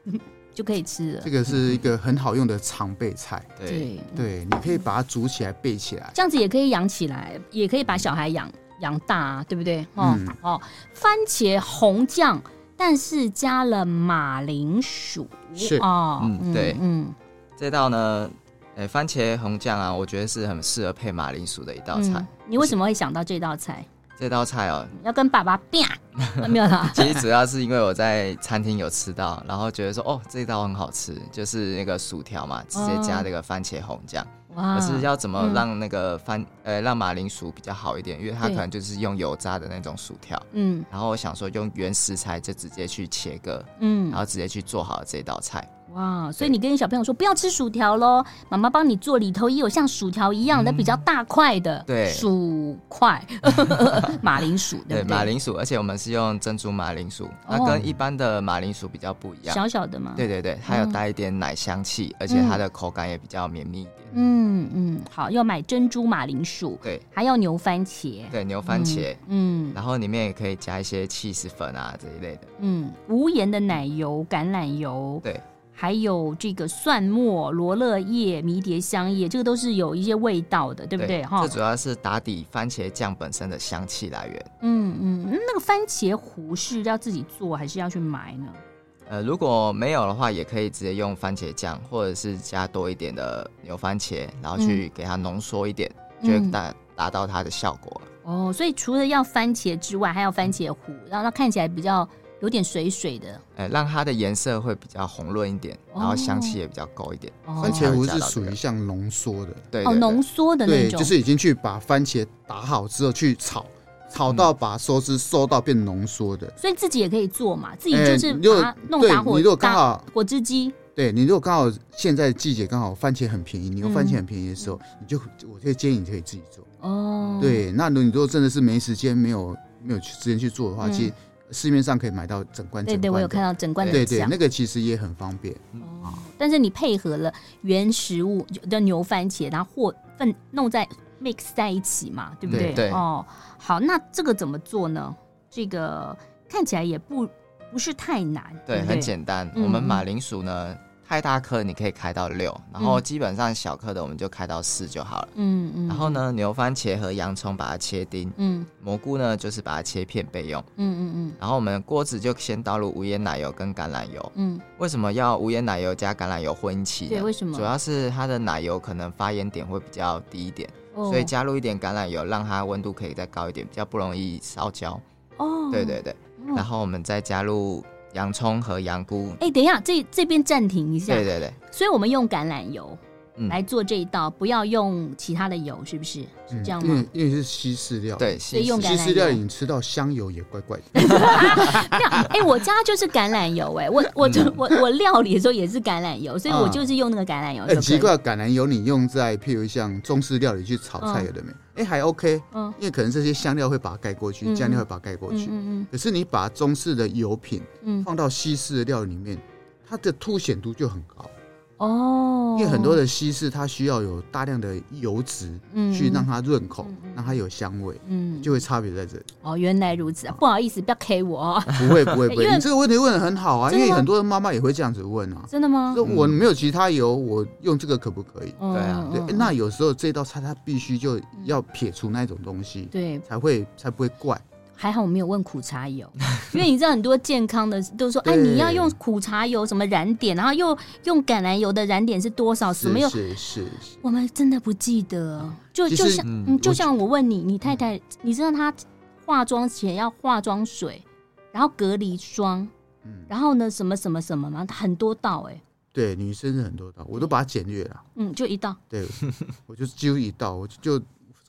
[SPEAKER 1] 就可以吃了
[SPEAKER 2] 这。个是一个很好用的常备菜，
[SPEAKER 3] 对，，
[SPEAKER 1] 嗯
[SPEAKER 2] 对，你可以把它煮起来备起来。
[SPEAKER 1] 这样子也可以养起来，也可以把小孩养养大、啊，对不对？哦、
[SPEAKER 2] 嗯
[SPEAKER 1] 哦，番茄红酱，但是加了马铃薯，
[SPEAKER 2] 是
[SPEAKER 1] 哦，
[SPEAKER 3] 嗯对
[SPEAKER 1] 嗯
[SPEAKER 3] 这道呢，诶，番茄红酱啊，我觉得是很适合配马铃薯的一道菜。
[SPEAKER 1] 嗯你为什么会想到这道菜？
[SPEAKER 3] 这道菜哦，
[SPEAKER 1] 要跟爸爸变、
[SPEAKER 3] (laughs)
[SPEAKER 1] 没有啦，
[SPEAKER 3] 其实主要是因为我在餐厅有吃到， (laughs) 然后觉得说哦，这道很好吃，就是那个薯条嘛，直接加这个番茄红酱。
[SPEAKER 1] 哇
[SPEAKER 3] 可是要怎么
[SPEAKER 1] 哦嗯
[SPEAKER 3] 让那个番、呃让马铃薯比较好一点？因为它
[SPEAKER 1] 对
[SPEAKER 3] 可能就是用油炸的那种薯条。
[SPEAKER 1] 嗯
[SPEAKER 3] 然后我想说用原食材就直接去切割，然
[SPEAKER 1] 嗯，
[SPEAKER 3] 后直接去做好这道菜。
[SPEAKER 1] 哇，所以你跟你小朋友说不要吃薯条喽，妈妈帮你做里头也有像薯条一样的、比较大块的，
[SPEAKER 3] 嗯对
[SPEAKER 1] 薯块， (laughs) 马铃薯，对
[SPEAKER 3] 对，
[SPEAKER 1] 不对？
[SPEAKER 3] 马铃薯，而且我们是用珍珠马铃薯，它
[SPEAKER 1] 哦
[SPEAKER 3] 跟一般的马铃薯比较不一样。
[SPEAKER 1] 小小的嘛，
[SPEAKER 3] 对对对，它有带一点奶香气，而且它的口感也比较绵密一点。
[SPEAKER 1] 嗯嗯，好，要买珍珠马铃薯，
[SPEAKER 3] 对
[SPEAKER 1] 还要牛番茄，
[SPEAKER 3] 对，牛番茄，
[SPEAKER 1] 嗯
[SPEAKER 3] 然后里面也可以加一些 cheese 粉啊这一类的。
[SPEAKER 1] 嗯，无盐的奶油、橄榄油，
[SPEAKER 3] 对
[SPEAKER 1] 还有这个蒜末、罗勒叶、迷迭香叶，这个都是有一些味道的，对不对？哈
[SPEAKER 3] 这，主要是打底番茄酱本身的香气来源。
[SPEAKER 1] 嗯嗯，嗯那个番茄糊是要自己做还是要去买呢？
[SPEAKER 3] 呃，如果没有的话，也可以直接用番茄酱，或者是加多一点的牛番茄，然后去给它浓缩一点，就会
[SPEAKER 1] 嗯
[SPEAKER 3] 达达到它的效果。
[SPEAKER 1] 哦，所以除了要番茄之外，还要番茄糊，让它看起来比较有点水水的。
[SPEAKER 3] 呃，让它的颜色会比较红润一点，然后香气也比较够一点。
[SPEAKER 1] 哦
[SPEAKER 2] 番茄糊是属于像浓缩的，
[SPEAKER 3] 对
[SPEAKER 1] 哦，
[SPEAKER 3] 对
[SPEAKER 1] 浓
[SPEAKER 3] 对，
[SPEAKER 1] 缩的那
[SPEAKER 2] 对，
[SPEAKER 1] 种，
[SPEAKER 2] 就是已经去把番茄打好之后去炒，炒
[SPEAKER 1] 嗯
[SPEAKER 2] 到把收汁收到变浓缩的。
[SPEAKER 1] 所以自己也可以做嘛，自己
[SPEAKER 2] 哎
[SPEAKER 1] 就是
[SPEAKER 2] 如果
[SPEAKER 1] 把它弄
[SPEAKER 2] 对
[SPEAKER 1] 打火，
[SPEAKER 2] 你如果刚
[SPEAKER 1] 打
[SPEAKER 2] 好
[SPEAKER 1] 果汁机，
[SPEAKER 2] 对你如果刚好现在季节刚好番茄很便宜，
[SPEAKER 1] 嗯
[SPEAKER 2] 牛番茄很便宜的时候，你就我可以建议你可以自己做。
[SPEAKER 1] 哦，，
[SPEAKER 2] 对，那如果你如果真的是没时间没有没有去时间去做的话，
[SPEAKER 1] 嗯
[SPEAKER 2] 其实市面上可以买到整罐
[SPEAKER 1] 对
[SPEAKER 2] 整
[SPEAKER 1] 对，我
[SPEAKER 2] 罐
[SPEAKER 1] 有看
[SPEAKER 2] 的。
[SPEAKER 1] 到整罐的
[SPEAKER 2] 对对，
[SPEAKER 1] 酱，
[SPEAKER 2] 那个其实也很方便。
[SPEAKER 1] 哦但是你配合了原食物就的牛番茄，然后和份弄在 mix 在一起嘛，对不对？
[SPEAKER 3] 对对
[SPEAKER 1] 哦，好，那这个怎么做呢？这个看起来也不不是太难，对
[SPEAKER 3] 对，
[SPEAKER 1] 不对，
[SPEAKER 3] 很简单。
[SPEAKER 1] 嗯
[SPEAKER 3] 我们
[SPEAKER 1] 嗯
[SPEAKER 3] 马铃薯呢，太大颗你可以开到六，然后基本上小颗的我们就开到四就好了。
[SPEAKER 1] 嗯嗯，
[SPEAKER 3] 然后呢，牛番茄和洋葱把它切丁，
[SPEAKER 1] 嗯，
[SPEAKER 3] 蘑菇呢就是把它切片备用。
[SPEAKER 1] 嗯嗯
[SPEAKER 3] 然后我们锅子就先倒入无盐奶油跟橄榄油。
[SPEAKER 1] 嗯
[SPEAKER 3] 为什么要无盐奶油加橄榄油混一起呢？
[SPEAKER 1] 对为什么
[SPEAKER 3] 主要是它的奶油可能发烟点会比较低一点，
[SPEAKER 1] 嗯，哦
[SPEAKER 3] 所以加入一点橄榄油，让它温度可以再高一点，比较不容易烧焦。
[SPEAKER 1] 哦，
[SPEAKER 3] 对对对，
[SPEAKER 1] 哦
[SPEAKER 3] 然后我们再加入洋葱和羊菇。
[SPEAKER 1] 哎，等一下，这这边暂哎停一下，
[SPEAKER 3] 对对对，
[SPEAKER 1] 所以我们用橄榄油
[SPEAKER 3] 嗯
[SPEAKER 1] 来做这一道，不要用其他的油，是不是？是
[SPEAKER 3] 嗯
[SPEAKER 1] 这样
[SPEAKER 2] 嗯因
[SPEAKER 1] 吗
[SPEAKER 2] 为？因为是西式料，，
[SPEAKER 3] 对，
[SPEAKER 1] 所以
[SPEAKER 3] 西
[SPEAKER 1] 用
[SPEAKER 3] 式
[SPEAKER 1] 橄榄
[SPEAKER 2] 西式料理
[SPEAKER 1] 油
[SPEAKER 2] 你吃到香油也怪怪的。
[SPEAKER 1] (laughs) 哎、我家就是橄榄油、哎，我我
[SPEAKER 2] 嗯
[SPEAKER 1] 就我我料理的时候也是橄榄油，所以我就是用那个橄榄啊油就可以。
[SPEAKER 2] 很嗯哎奇，怪，橄榄油你用在譬如像中式料理去炒菜，
[SPEAKER 1] 嗯
[SPEAKER 2] 有的没？哎，还 OK，
[SPEAKER 1] 嗯
[SPEAKER 2] 因为可能这些香料会把它盖过
[SPEAKER 1] 嗯
[SPEAKER 2] 去，酱料会把它盖过
[SPEAKER 1] 嗯
[SPEAKER 2] 去。
[SPEAKER 1] 嗯
[SPEAKER 2] 可是你把中式的油品
[SPEAKER 1] 嗯嗯，
[SPEAKER 2] 放到西式的料理里面，它的凸显度就很高，
[SPEAKER 1] 哦，
[SPEAKER 2] 因为很多的西式它需要有大量的油脂
[SPEAKER 1] 嗯
[SPEAKER 2] 去让它润口
[SPEAKER 1] 嗯嗯，
[SPEAKER 2] 让它有香味，
[SPEAKER 1] 嗯，
[SPEAKER 2] 就会差别在这里。
[SPEAKER 1] 哦，原来如此啊，不好意思，不要 K 我、哦，
[SPEAKER 2] 不会不会
[SPEAKER 1] (laughs) 因
[SPEAKER 2] 不会，
[SPEAKER 1] 为
[SPEAKER 2] 你这个问题问的很好啊，
[SPEAKER 1] 真
[SPEAKER 2] 因
[SPEAKER 1] 的吗嗯
[SPEAKER 2] 为很多人妈妈也会这样子问啊。
[SPEAKER 1] 真的
[SPEAKER 2] (laughs)
[SPEAKER 1] 吗？
[SPEAKER 2] 说我没有其他油，我用这个可不可以？
[SPEAKER 1] 嗯
[SPEAKER 3] 对啊
[SPEAKER 2] 对，
[SPEAKER 1] 嗯
[SPEAKER 2] 诶那有时候这道菜它必须就要撇除那种东西，
[SPEAKER 1] 对，
[SPEAKER 2] 才会才不会怪。
[SPEAKER 1] 还好我没有问苦茶油，
[SPEAKER 2] (laughs)
[SPEAKER 1] 因为你知道很多健康的都说，哎，
[SPEAKER 2] 对
[SPEAKER 1] 你要用苦茶油什么燃点，然后又用橄榄油的燃点是多少，哦什
[SPEAKER 2] 是
[SPEAKER 1] 么又
[SPEAKER 2] 是是是，
[SPEAKER 1] 我们真的不记得，就
[SPEAKER 2] 其
[SPEAKER 1] 就
[SPEAKER 2] 实
[SPEAKER 1] 像
[SPEAKER 3] 嗯
[SPEAKER 1] 嗯，就
[SPEAKER 2] 我嗯
[SPEAKER 1] 像我问你，你太太，你知道她化妆前要化妆水，然后隔离霜，
[SPEAKER 2] 嗯，
[SPEAKER 1] 然后呢什么什么什么嘛，很多道哎、
[SPEAKER 2] 对，女生是很多道，我都把它简略了。
[SPEAKER 1] (laughs) 嗯，就一道，
[SPEAKER 2] 对，我就几乎一道，我就就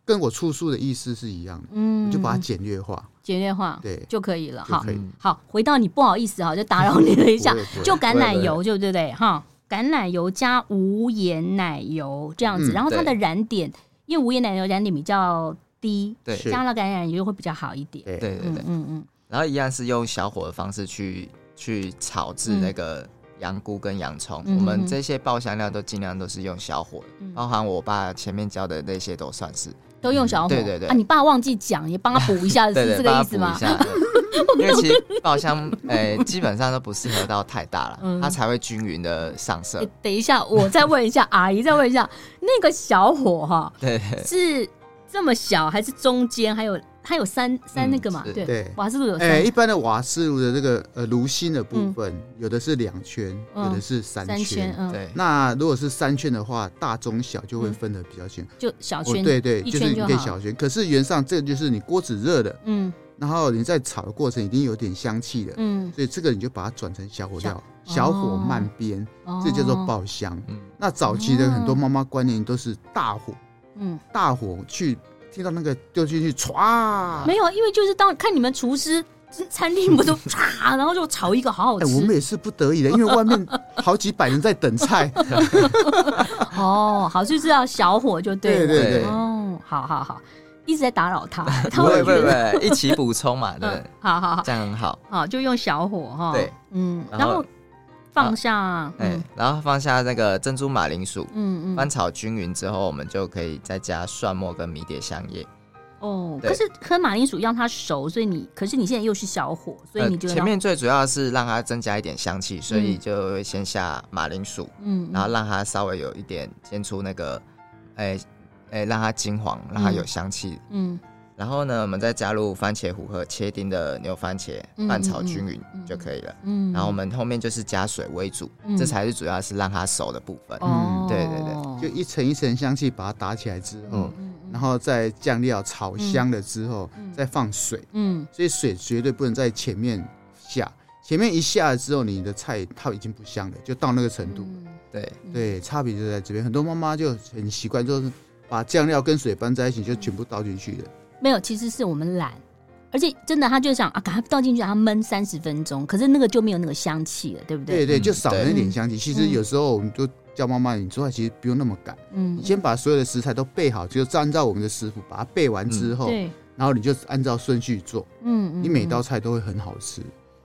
[SPEAKER 2] 跟我出书的意思是一样的，
[SPEAKER 1] 嗯
[SPEAKER 2] 我就把它简略化。
[SPEAKER 1] 简略化，
[SPEAKER 2] 对
[SPEAKER 1] 就可以了。
[SPEAKER 2] 就
[SPEAKER 1] 好
[SPEAKER 2] 可以，
[SPEAKER 1] 好，回到你不好意思哈，啊就打扰你了一下
[SPEAKER 2] (laughs) 不会不，会
[SPEAKER 1] 就橄榄油，就对不对？哈，橄榄油加无盐奶油这样子，
[SPEAKER 2] 嗯
[SPEAKER 1] 然后它的
[SPEAKER 3] 对
[SPEAKER 1] 燃点，因为无盐奶油燃点比较低，
[SPEAKER 3] 对
[SPEAKER 2] 是
[SPEAKER 1] 加了橄榄油会比较好一点。
[SPEAKER 2] 对
[SPEAKER 3] 对对对
[SPEAKER 1] 嗯，嗯嗯，
[SPEAKER 3] 然后一样是用小火的方式去去炒制那个羊菇跟洋葱。
[SPEAKER 1] 嗯
[SPEAKER 3] 我们这些爆香料都尽量都是用小火的，
[SPEAKER 1] 嗯
[SPEAKER 3] 包含我爸前面教的那些都算是。
[SPEAKER 1] 都用小火。
[SPEAKER 3] 对对对
[SPEAKER 1] 啊，你爸忘记讲，也帮他补一
[SPEAKER 3] (laughs)
[SPEAKER 1] 下，呃是
[SPEAKER 3] 对对，
[SPEAKER 1] 这个
[SPEAKER 3] 帮
[SPEAKER 1] 意
[SPEAKER 3] 他补
[SPEAKER 1] 思吗 (laughs)
[SPEAKER 3] 一？下。因为其实爆香，诶、基本上都不适合到太大了，
[SPEAKER 1] 嗯
[SPEAKER 3] 它才会均匀的上色
[SPEAKER 1] 诶。等一下，我再问一下阿姨，再问一下那个小火哈，
[SPEAKER 3] 对对对
[SPEAKER 1] 是这么小还是中间还有还有三三
[SPEAKER 3] 嗯
[SPEAKER 1] 那个嘛？
[SPEAKER 3] 是
[SPEAKER 1] 对，
[SPEAKER 2] 对，
[SPEAKER 1] 瓦斯炉有
[SPEAKER 2] 哎，
[SPEAKER 1] 三
[SPEAKER 2] 一般的瓦斯炉的这个呃炉心的部
[SPEAKER 1] 嗯
[SPEAKER 2] 分，有的是两圈，
[SPEAKER 1] 嗯
[SPEAKER 2] 有的是三
[SPEAKER 1] 三圈，嗯，
[SPEAKER 3] 对
[SPEAKER 2] 那如果是三圈的话，大中小就会分得比较清。
[SPEAKER 1] 就小
[SPEAKER 2] 哦，
[SPEAKER 1] 圈，
[SPEAKER 2] 对对，
[SPEAKER 1] 一
[SPEAKER 2] 就是
[SPEAKER 1] 圈
[SPEAKER 2] 你
[SPEAKER 1] 就
[SPEAKER 2] 可以
[SPEAKER 1] 好
[SPEAKER 2] 小圈。可是原上这个就是你锅子热了，
[SPEAKER 1] 嗯
[SPEAKER 2] 然后你在炒的过程已经有点香气了，
[SPEAKER 1] 嗯，
[SPEAKER 2] 所以这个你就把它转成小火
[SPEAKER 1] 小
[SPEAKER 2] 料，小火慢煸，这叫做
[SPEAKER 1] 哦，
[SPEAKER 2] 爆香。
[SPEAKER 3] 嗯，
[SPEAKER 2] 那早期的很
[SPEAKER 1] 哦
[SPEAKER 2] 多妈妈观念都是大火，
[SPEAKER 1] 嗯，
[SPEAKER 2] 大火去听到那个丢进去歘，哎
[SPEAKER 1] 没有，因为就是当看你们厨师餐厅不都啪，然后就炒一个好好
[SPEAKER 2] 哎，我们
[SPEAKER 1] 吃
[SPEAKER 2] 也是不得已的，因为外面好几百人在
[SPEAKER 1] (laughs)
[SPEAKER 2] 等菜。
[SPEAKER 1] 哦，好就是要小火就
[SPEAKER 2] 对
[SPEAKER 1] 了，
[SPEAKER 2] 对
[SPEAKER 3] 对
[SPEAKER 2] 对，
[SPEAKER 1] 哦，好好好，一直在打扰他，他
[SPEAKER 3] 不
[SPEAKER 1] 会
[SPEAKER 3] 会不
[SPEAKER 1] 觉
[SPEAKER 3] 会不
[SPEAKER 1] 得，
[SPEAKER 3] 会，一起补充嘛，对
[SPEAKER 1] (laughs)
[SPEAKER 3] 不
[SPEAKER 1] 嗯
[SPEAKER 3] 对？，
[SPEAKER 1] 好好好
[SPEAKER 3] 这样很好。
[SPEAKER 1] 好，就用小火哈，
[SPEAKER 3] 对，
[SPEAKER 1] 嗯，
[SPEAKER 3] 然
[SPEAKER 1] 然
[SPEAKER 3] 后
[SPEAKER 1] 后放下，
[SPEAKER 3] 哎、
[SPEAKER 1] 嗯
[SPEAKER 3] 然后放下那个珍珠马铃薯，
[SPEAKER 1] 嗯
[SPEAKER 3] 翻
[SPEAKER 1] 嗯，
[SPEAKER 3] 炒均匀之后，我们就可以再加蒜末跟迷迭香叶。
[SPEAKER 1] 哦，
[SPEAKER 3] 对
[SPEAKER 1] 可是喝马铃薯让它熟，所以你，可是你现在又是小火，所以
[SPEAKER 3] 呃
[SPEAKER 1] 你就要
[SPEAKER 3] 前，面最主要是让它增加一点香气，所以
[SPEAKER 1] 嗯
[SPEAKER 3] 就会先下马铃薯，
[SPEAKER 1] 嗯，
[SPEAKER 3] 然后
[SPEAKER 1] 嗯
[SPEAKER 3] 让它稍微有一点煎出那个，哎、哎、让它金黄，让它有香气。
[SPEAKER 1] 嗯
[SPEAKER 3] 然后呢，我们再加入番茄糊和切丁的牛番茄
[SPEAKER 1] 嗯，
[SPEAKER 3] 拌炒
[SPEAKER 1] 嗯嗯
[SPEAKER 3] 均匀
[SPEAKER 1] 嗯
[SPEAKER 3] 就可以了。
[SPEAKER 1] 嗯，
[SPEAKER 3] 然后我们后面就是加水微煮，
[SPEAKER 1] 嗯
[SPEAKER 3] 这才是主要是让它熟的部分。
[SPEAKER 1] 哦，
[SPEAKER 3] 对对对
[SPEAKER 2] 就一层一层香气把它打起来之后，
[SPEAKER 1] 嗯嗯
[SPEAKER 2] 然后再酱料炒香了之后，再放水，
[SPEAKER 1] 嗯
[SPEAKER 2] 所以水绝对不能在前面下，前面一下了之后，你的菜它已经不香了，就到那个程度。
[SPEAKER 1] 嗯
[SPEAKER 3] 对，
[SPEAKER 2] 对，差别就在这边。很多妈妈就很习惯，就是把酱料跟水拌在一起，就全部倒进去了。
[SPEAKER 1] 没有，其实是我们懒，而且真的他就想啊，赶快倒进去，让它焖三十分钟，可是那个就没有那个香气了，对不对？
[SPEAKER 2] 对对，
[SPEAKER 3] 嗯
[SPEAKER 2] 就少了一点香气。其实
[SPEAKER 1] 嗯
[SPEAKER 2] 有时候我们就叫妈妈，你做菜其实不用那么赶，
[SPEAKER 1] 嗯
[SPEAKER 2] 你先把所有的食材都备好，就按照我们的食谱把它备完之后，
[SPEAKER 1] 对，
[SPEAKER 2] 然后你就按照顺序做，
[SPEAKER 1] 嗯嗯
[SPEAKER 2] 你每道菜都会很好吃。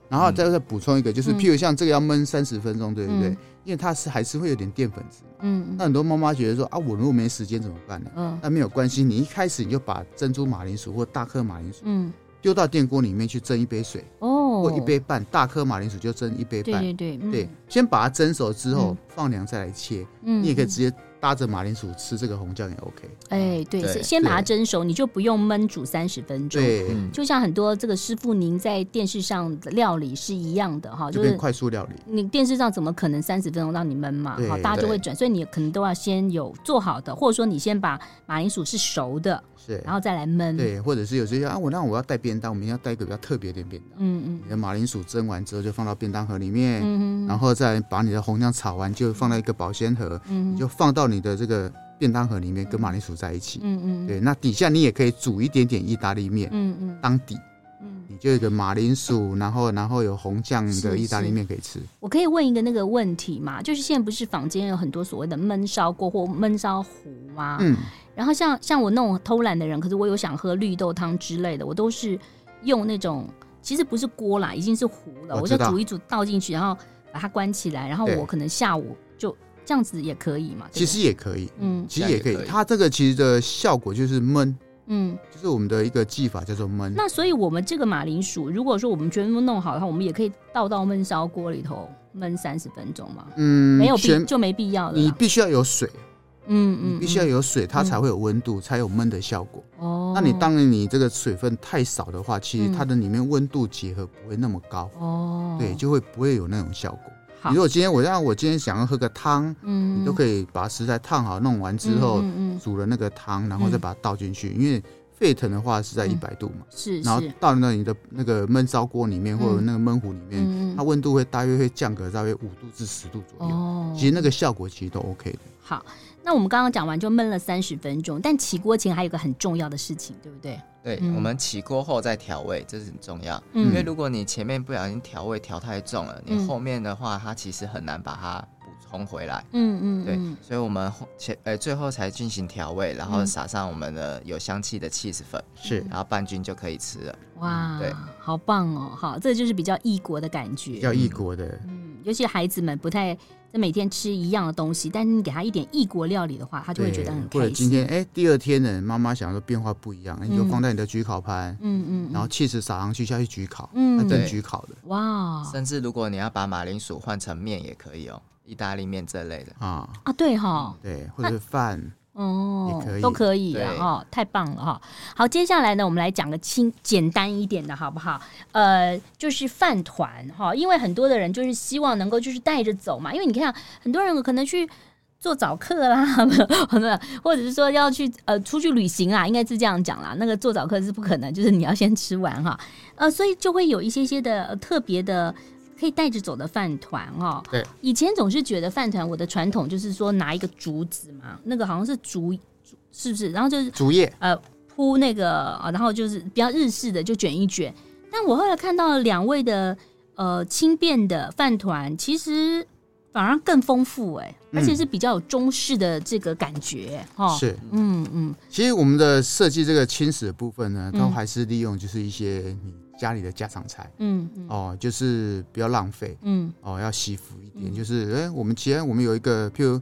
[SPEAKER 2] 然后再再补充一个，就是
[SPEAKER 1] 嗯
[SPEAKER 2] 譬如像这个要焖三十分钟，对不对
[SPEAKER 1] 嗯？
[SPEAKER 2] 因为它是还是会有点淀粉质。
[SPEAKER 1] 嗯
[SPEAKER 2] 那很多妈妈觉得说啊，我如果没时间怎么办呢？
[SPEAKER 1] 嗯
[SPEAKER 2] 那没有关系，你一开始你就把珍珠马铃薯或大颗马铃薯
[SPEAKER 1] 嗯
[SPEAKER 2] 丢到电锅里面去蒸一杯水，
[SPEAKER 1] 哦，
[SPEAKER 2] 或一杯半，大颗马铃薯就蒸一杯
[SPEAKER 1] 对
[SPEAKER 2] 半。
[SPEAKER 1] 对嗯对
[SPEAKER 2] 对，先把它蒸熟之后
[SPEAKER 1] 嗯
[SPEAKER 2] 放凉再来切，
[SPEAKER 1] 嗯
[SPEAKER 2] 你也可以直接搭着马铃薯吃这个红酱也 OK。
[SPEAKER 1] 哎对，
[SPEAKER 3] 对
[SPEAKER 1] 是先把它蒸熟，你就不用焖煮三十分钟。
[SPEAKER 2] 对，
[SPEAKER 3] 嗯，
[SPEAKER 1] 就像很多这个师傅您在电视上的料理是一样的哈，
[SPEAKER 2] 就
[SPEAKER 1] 就
[SPEAKER 2] 变
[SPEAKER 1] 是
[SPEAKER 2] 快速料理。
[SPEAKER 1] 你电视上怎么可能三十分钟让你焖嘛？
[SPEAKER 2] 对
[SPEAKER 1] 好，大家就
[SPEAKER 3] 对
[SPEAKER 1] 会转，所以你可能都要先有做好的，或者说你先把马铃薯是熟的，
[SPEAKER 2] 对
[SPEAKER 1] 然，后再来焖。，
[SPEAKER 2] 对，或者是有些人啊，我那我要带便当，我们要带一个比较特别一点便当。
[SPEAKER 1] 嗯
[SPEAKER 2] 你
[SPEAKER 1] 嗯
[SPEAKER 2] 的马铃薯蒸完之后就放到便当盒里面，
[SPEAKER 1] 嗯
[SPEAKER 2] 然
[SPEAKER 1] 后
[SPEAKER 2] 后再把你的红酱炒完就放到一个保鲜盒，
[SPEAKER 1] 嗯
[SPEAKER 2] 你就放到你的这个便当盒里面跟马铃薯在一起。
[SPEAKER 1] 嗯嗯
[SPEAKER 2] 对，那底下你也可以煮一点点意大利面
[SPEAKER 1] 嗯嗯
[SPEAKER 2] 当底，
[SPEAKER 1] 嗯，
[SPEAKER 2] 你就有一个马铃薯，然后然后有红酱
[SPEAKER 1] 是
[SPEAKER 2] 的意大利
[SPEAKER 1] 是
[SPEAKER 2] 面可以吃。
[SPEAKER 1] 我可以问一个那个问题嘛？就是现在不是坊间有很多所谓的焖烧锅或焖烧壶吗？
[SPEAKER 2] 嗯，
[SPEAKER 1] 然后像像我那种偷懒的人，可是我有想喝绿豆汤之类的，我都是用那种其实不是锅啦，已经是壶了，我
[SPEAKER 2] 我
[SPEAKER 1] 就
[SPEAKER 2] 知道
[SPEAKER 1] 煮一煮倒进去，然后把它关起来，然后
[SPEAKER 2] 对
[SPEAKER 1] 我可能下午就这样子也可以嘛。对不对
[SPEAKER 2] 其实也可以，
[SPEAKER 1] 嗯
[SPEAKER 2] 其实也可
[SPEAKER 3] 这样也可
[SPEAKER 2] 以。
[SPEAKER 3] 以
[SPEAKER 2] 它这个其实的效果就是焖，
[SPEAKER 1] 嗯，
[SPEAKER 2] 就是我们的一个技法叫做焖。
[SPEAKER 1] 那所以我们这个马铃薯，如果说我们全部弄好的话，我们也可以倒到焖烧锅里头焖三十分钟嘛，
[SPEAKER 2] 嗯，
[SPEAKER 1] 没有必
[SPEAKER 2] 全
[SPEAKER 1] 就没必要了啦。
[SPEAKER 2] 你必须要有水，
[SPEAKER 1] 嗯
[SPEAKER 2] 你必须要有水，它才会有温度，才有焖的效果。
[SPEAKER 1] 哦，嗯
[SPEAKER 2] 那你当然你这个水分太少的话，其实它的里面温度结合不会那么高，
[SPEAKER 1] 哦，
[SPEAKER 2] 对，就会不会有那种效果。
[SPEAKER 1] 好
[SPEAKER 2] 你如果今天我让我今天想要喝个汤，
[SPEAKER 1] 嗯
[SPEAKER 2] 你都可以把食材烫好，弄完之后
[SPEAKER 1] 嗯嗯嗯
[SPEAKER 2] 煮了那个汤，然后再把它倒进去，因为沸腾的话是在一百度嘛，
[SPEAKER 1] 嗯是
[SPEAKER 2] 然后
[SPEAKER 1] 是，
[SPEAKER 2] 到了你的那个焖烧锅里面或者那个焖壶里面，
[SPEAKER 1] 嗯
[SPEAKER 2] 它温度会大约会降个大约五度至十度左右。
[SPEAKER 1] 哦
[SPEAKER 2] 其实那个效果其实都 OK 的。
[SPEAKER 1] 好，那我们刚刚讲完就焖了三十分钟，但起锅前还有一个很重要的事情，对不对？
[SPEAKER 3] 对，
[SPEAKER 1] 嗯
[SPEAKER 3] 我们起锅后再调味，这是很重要。
[SPEAKER 1] 嗯
[SPEAKER 3] 因为如果你前面不小心调味调太重了，
[SPEAKER 1] 嗯
[SPEAKER 3] 你后面的话它其实很难把它补充回来。
[SPEAKER 1] 嗯
[SPEAKER 3] 对，所以我们后前呃最后才进行调味，然后
[SPEAKER 1] 嗯
[SPEAKER 3] 撒上我们的有香气的 cheese 粉，
[SPEAKER 2] 是
[SPEAKER 3] 然后拌均就可以吃了。
[SPEAKER 2] 嗯
[SPEAKER 1] 哇
[SPEAKER 3] 对，
[SPEAKER 1] 好棒哦！好，这就是比较异国的感
[SPEAKER 2] 比
[SPEAKER 1] 觉。
[SPEAKER 2] 较异国的，
[SPEAKER 1] 嗯，尤其孩子们不太在每天吃一样的东西，但是你给他一点异国料理的话，他就会觉得很
[SPEAKER 2] 或
[SPEAKER 1] 开
[SPEAKER 2] 者
[SPEAKER 1] 心。
[SPEAKER 2] 今天哎、第二天呢，妈妈想说变化不一样，哎你就放在你的焗烤盘，
[SPEAKER 1] 嗯嗯，嗯
[SPEAKER 2] 然后气势撒上去下去焗烤，
[SPEAKER 1] 嗯
[SPEAKER 2] 那正
[SPEAKER 3] 对
[SPEAKER 2] 焗烤的
[SPEAKER 1] 哇
[SPEAKER 3] 甚至如果你要把马铃薯换成面也可以哦，意大利面这类的。
[SPEAKER 2] 啊，
[SPEAKER 1] 啊，对哈，
[SPEAKER 2] 对，或者是饭，
[SPEAKER 1] 哦
[SPEAKER 2] 也可，以
[SPEAKER 1] 都可以啊，
[SPEAKER 3] 对
[SPEAKER 1] 哦，太棒了哈。好，接下来呢，我们来讲个轻简单一点的好不好？呃，就是饭团哈，因为很多的人就是希望能够就是带着走嘛，因为你看很多人可能去。做早课啊啦， (laughs) 很多人或者是说要去呃出去旅行啦，应该是这样讲啦。那个做早课是不可能，就是你要先吃完哈，呃，所以就会有一些些的、呃特别的可以带着走的饭团哦。
[SPEAKER 2] 对，
[SPEAKER 1] 以前总是觉得饭团，我的传统就是说拿一个竹子嘛，那个好像是竹，竹是不是？然后就是
[SPEAKER 2] 竹叶
[SPEAKER 1] 呃铺那个，呃然后就是比较日式的，就卷一卷。但我后来看到两位的呃轻便的饭团，其实反而更丰富哎、而且是比较有中式的这个感觉哦。，
[SPEAKER 2] 嗯是。
[SPEAKER 1] 嗯嗯，
[SPEAKER 2] 其实我们的设计这个轻食的部分呢，
[SPEAKER 1] 嗯
[SPEAKER 2] 都还是利用就是一些你家里的家常菜
[SPEAKER 1] 嗯嗯
[SPEAKER 2] 哦，就是不要浪费
[SPEAKER 1] 嗯
[SPEAKER 2] 哦，要惜福一点。
[SPEAKER 1] 嗯
[SPEAKER 2] 就是哎，我们既然我们有一个，譬如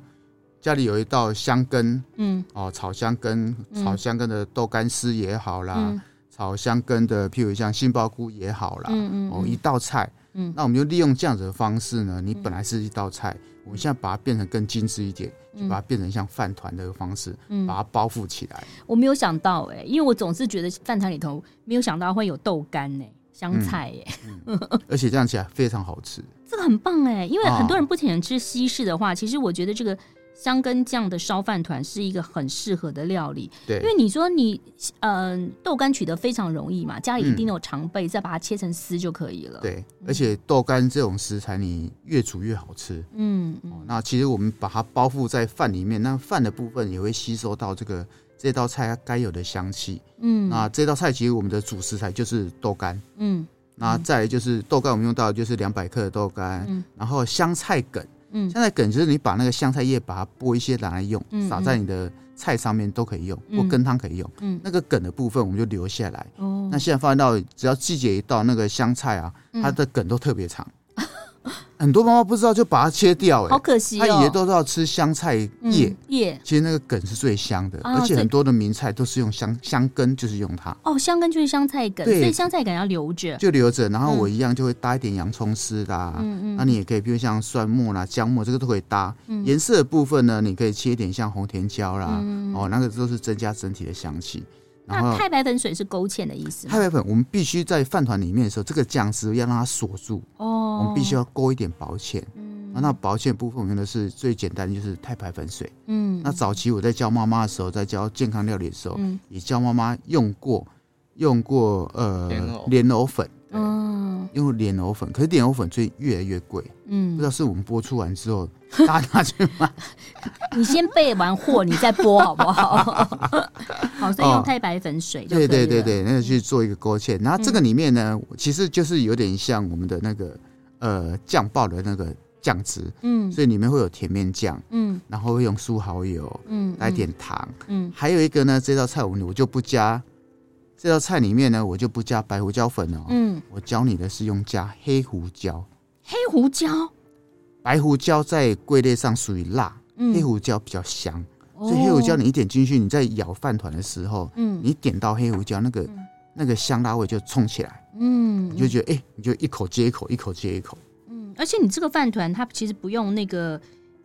[SPEAKER 2] 家里有一道香根
[SPEAKER 1] 嗯
[SPEAKER 2] 哦，炒香根，
[SPEAKER 1] 嗯
[SPEAKER 2] 炒香根的豆干丝也好啦，
[SPEAKER 1] 嗯
[SPEAKER 2] 炒香根的譬如像杏鲍菇也好啦，
[SPEAKER 1] 嗯
[SPEAKER 2] 哦，一道菜，
[SPEAKER 1] 嗯
[SPEAKER 2] 那我们就利用这样子的方式呢，你本来是一道菜，我
[SPEAKER 1] 嗯
[SPEAKER 2] 们现在把它变成更精致一点，就把它变成像饭团的方式，
[SPEAKER 1] 嗯
[SPEAKER 2] 把它包覆起来。
[SPEAKER 1] 我没有想到哎、因为我总是觉得饭团里头没有想到会有豆干哎、香菜
[SPEAKER 2] 嗯
[SPEAKER 1] 哎、
[SPEAKER 2] 而且这样起来非常好吃。
[SPEAKER 1] 这个很棒哎、因为
[SPEAKER 2] 啊
[SPEAKER 1] 很多人不喜欢吃西式的话，其实我觉得这个香根酱的烧饭团是一个很适合的料理，
[SPEAKER 2] 对
[SPEAKER 1] 因，为你说你嗯、豆干取得非常容易嘛，家里一定有常备，再把它切成丝就可以了。，
[SPEAKER 2] 嗯对，而且豆干这种食材，你越煮越好吃。
[SPEAKER 1] 嗯嗯
[SPEAKER 2] 哦那其实我们把它包覆在饭里面，那饭的部分也会吸收到这个这道菜它该有的香气。
[SPEAKER 1] 嗯
[SPEAKER 2] 那这道菜其实我们的主食材就是豆干，
[SPEAKER 1] 嗯
[SPEAKER 2] 那再来就是豆干，我们用到的就是两百克的豆干，
[SPEAKER 1] 嗯
[SPEAKER 2] 然后香菜梗，
[SPEAKER 1] 嗯
[SPEAKER 2] 香菜梗就是你把那个香菜叶把它剥一些拿来用
[SPEAKER 1] 嗯，
[SPEAKER 2] 撒在你的菜上面都可以用，
[SPEAKER 1] 嗯
[SPEAKER 2] 或羹汤可以用。
[SPEAKER 1] 嗯
[SPEAKER 2] 那个梗的部分我们就留下来。
[SPEAKER 1] 哦
[SPEAKER 2] 那现在发现到，只要季节一到，那个香菜啊，
[SPEAKER 1] 嗯
[SPEAKER 2] 它的梗都特别长， (laughs) 很多妈妈不知道就把它切掉、欸，
[SPEAKER 1] 好可惜
[SPEAKER 2] 她以
[SPEAKER 1] 哦
[SPEAKER 2] 前，都知道吃香菜叶。
[SPEAKER 1] 嗯叶
[SPEAKER 2] 其实那个梗是最香的，
[SPEAKER 1] 啊
[SPEAKER 2] 而且
[SPEAKER 1] 对
[SPEAKER 2] 很多的名菜都是用香香根，就是用它
[SPEAKER 1] 哦香根就是香菜梗，所
[SPEAKER 2] 对
[SPEAKER 1] 以香菜梗要留着。
[SPEAKER 2] 就留着。然后
[SPEAKER 1] 嗯
[SPEAKER 2] 我一样就会搭一点洋葱丝啦，
[SPEAKER 1] 嗯
[SPEAKER 2] 那你也可以，比如像蒜末啦、姜末，这个都可以搭。
[SPEAKER 1] 嗯
[SPEAKER 2] 颜色的部分呢，你可以切一点像红甜椒啦，
[SPEAKER 1] 嗯
[SPEAKER 2] 哦，那个都是增加整体的香气。然
[SPEAKER 1] 那
[SPEAKER 2] 后
[SPEAKER 1] 太白粉水是勾芡的意思
[SPEAKER 2] 太
[SPEAKER 1] 吗？
[SPEAKER 2] 白粉，我们必须在饭团里面的时候，这个酱汁要让它锁住，
[SPEAKER 1] 哦
[SPEAKER 2] 我们必须要勾一点薄芡。
[SPEAKER 1] 嗯
[SPEAKER 2] 那那薄芡部分，我们用的是最简单，就是太白粉水。
[SPEAKER 1] 嗯
[SPEAKER 2] 那早期我在教妈妈的时候，在教健康料理的时候，
[SPEAKER 1] 嗯
[SPEAKER 2] 也教妈妈用过，用过呃
[SPEAKER 3] 莲藕
[SPEAKER 2] 莲藕粉，
[SPEAKER 1] 嗯
[SPEAKER 2] 用过莲藕粉。可是莲藕粉最越来越贵，不知
[SPEAKER 1] 嗯，
[SPEAKER 2] 道是我们播出完之后， (laughs) 大家
[SPEAKER 1] (laughs)
[SPEAKER 2] 拿去买，
[SPEAKER 1] 你先备
[SPEAKER 2] (laughs)
[SPEAKER 1] 完货，你再播好不好？ (laughs) 好，所以用
[SPEAKER 2] 哦
[SPEAKER 1] 太白粉水就可以
[SPEAKER 2] 对
[SPEAKER 1] 了。嗯
[SPEAKER 2] 对对对，那个去做一个勾芡。然后这个里面呢，其实就是有点像我们的那个呃酱爆的那个酱汁，
[SPEAKER 1] 嗯
[SPEAKER 2] 所以里面会有甜面酱，
[SPEAKER 1] 嗯
[SPEAKER 2] 然后会用苏蚝油，
[SPEAKER 1] 嗯，
[SPEAKER 2] 来点糖。
[SPEAKER 1] 嗯
[SPEAKER 2] 还有一个呢，这道菜我们我就不加，这道菜里面呢我就不加白胡椒粉哦，
[SPEAKER 1] 嗯，
[SPEAKER 2] 我教你的是用加黑胡椒。
[SPEAKER 1] 黑胡椒，
[SPEAKER 2] 白胡椒在归类上属于辣，
[SPEAKER 1] 嗯
[SPEAKER 2] 黑胡椒比较香，
[SPEAKER 1] 所
[SPEAKER 2] 所以黑胡椒你一点进去，你在舀饭团的时候，
[SPEAKER 1] 嗯
[SPEAKER 2] 你点到黑胡椒，那个、那个香辣味就冲起来，
[SPEAKER 1] 嗯
[SPEAKER 2] 你就觉得哎、诶你就一口接一口，一口接一口。
[SPEAKER 1] 嗯，而且你这个饭团它其实不用那个，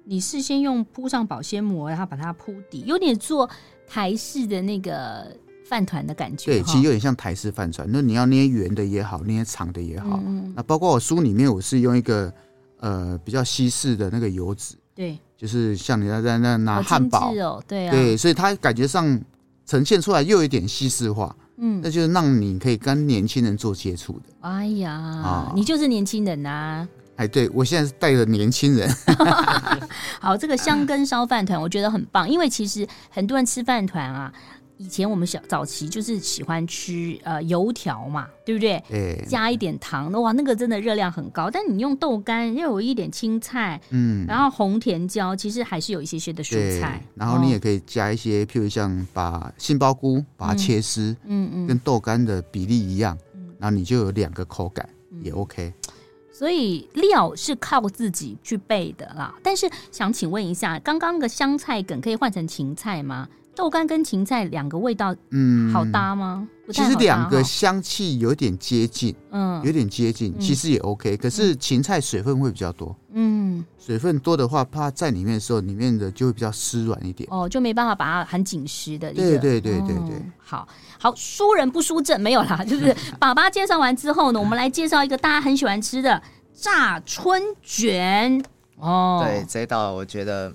[SPEAKER 1] 你是先用铺上保鲜膜，然后把它铺底，有点做台式的那个饭团的感觉
[SPEAKER 2] 对，
[SPEAKER 1] 哈。
[SPEAKER 2] 其实有点像台式饭团，那你要捏圆的也好，捏长的也好，
[SPEAKER 1] 嗯嗯
[SPEAKER 2] 那包括我书里面我是用一个呃比较西式的那个油脂，
[SPEAKER 1] 对，
[SPEAKER 2] 就是像你在在那拿
[SPEAKER 1] 好
[SPEAKER 2] 汉
[SPEAKER 1] 精
[SPEAKER 2] 堡，
[SPEAKER 1] 致哦，对啊，
[SPEAKER 2] 对，所以它感觉上呈现出来又有一点西式化，
[SPEAKER 1] 嗯
[SPEAKER 2] 那，就是让你可以跟年轻人做接触的。
[SPEAKER 1] 哎呀，
[SPEAKER 2] 啊
[SPEAKER 1] 你就是年轻人呐、
[SPEAKER 2] 哎，对我现在是带着年轻人，
[SPEAKER 1] 好，这个香根烧饭团我觉得很棒，因为其实很多人吃饭团啊，以前我们小早期就是喜欢吃呃油条嘛，对不对？
[SPEAKER 2] 哎，
[SPEAKER 1] 加一点糖，哇，那个真的热量很高。但你用豆干，又有一点青菜，
[SPEAKER 2] 嗯，
[SPEAKER 1] 然后红甜椒，其实还是有一些些的蔬
[SPEAKER 2] 对
[SPEAKER 1] 菜。，
[SPEAKER 2] 然后你也
[SPEAKER 1] 哦，
[SPEAKER 2] 可以加一些，譬如像把杏鲍菇把它切丝，
[SPEAKER 1] 嗯
[SPEAKER 2] 跟
[SPEAKER 1] 嗯，
[SPEAKER 2] 豆干的比例一样
[SPEAKER 1] 嗯，
[SPEAKER 2] 然后你就有两个口感，也 OK。
[SPEAKER 1] 所以料是靠自己去备的啦。但是想请问一下，刚刚的香菜梗可以换成芹菜吗？豆干跟芹菜两个味道
[SPEAKER 2] 嗯，
[SPEAKER 1] 好。搭吗？不
[SPEAKER 2] 其
[SPEAKER 1] 太
[SPEAKER 2] 实
[SPEAKER 1] 好搭
[SPEAKER 2] 两个
[SPEAKER 1] 哈
[SPEAKER 2] 香气有点接近，
[SPEAKER 1] 嗯
[SPEAKER 2] 有点接近，
[SPEAKER 1] 嗯
[SPEAKER 2] 其实也 OK。可是芹菜水分会比较多，
[SPEAKER 1] 嗯
[SPEAKER 2] 水分多的话，怕在里面的时候，里面的就会比较湿软一点。
[SPEAKER 1] 哦，就没办法把它很紧实的一个。
[SPEAKER 2] 对对对对
[SPEAKER 1] 哦
[SPEAKER 2] 对
[SPEAKER 1] 好好输人不输阵，没有
[SPEAKER 3] (laughs)
[SPEAKER 1] 啦，就是爸爸介绍完之后呢，我们来介绍一个大家很喜欢吃的炸春卷哦，
[SPEAKER 3] 对，这一道我觉得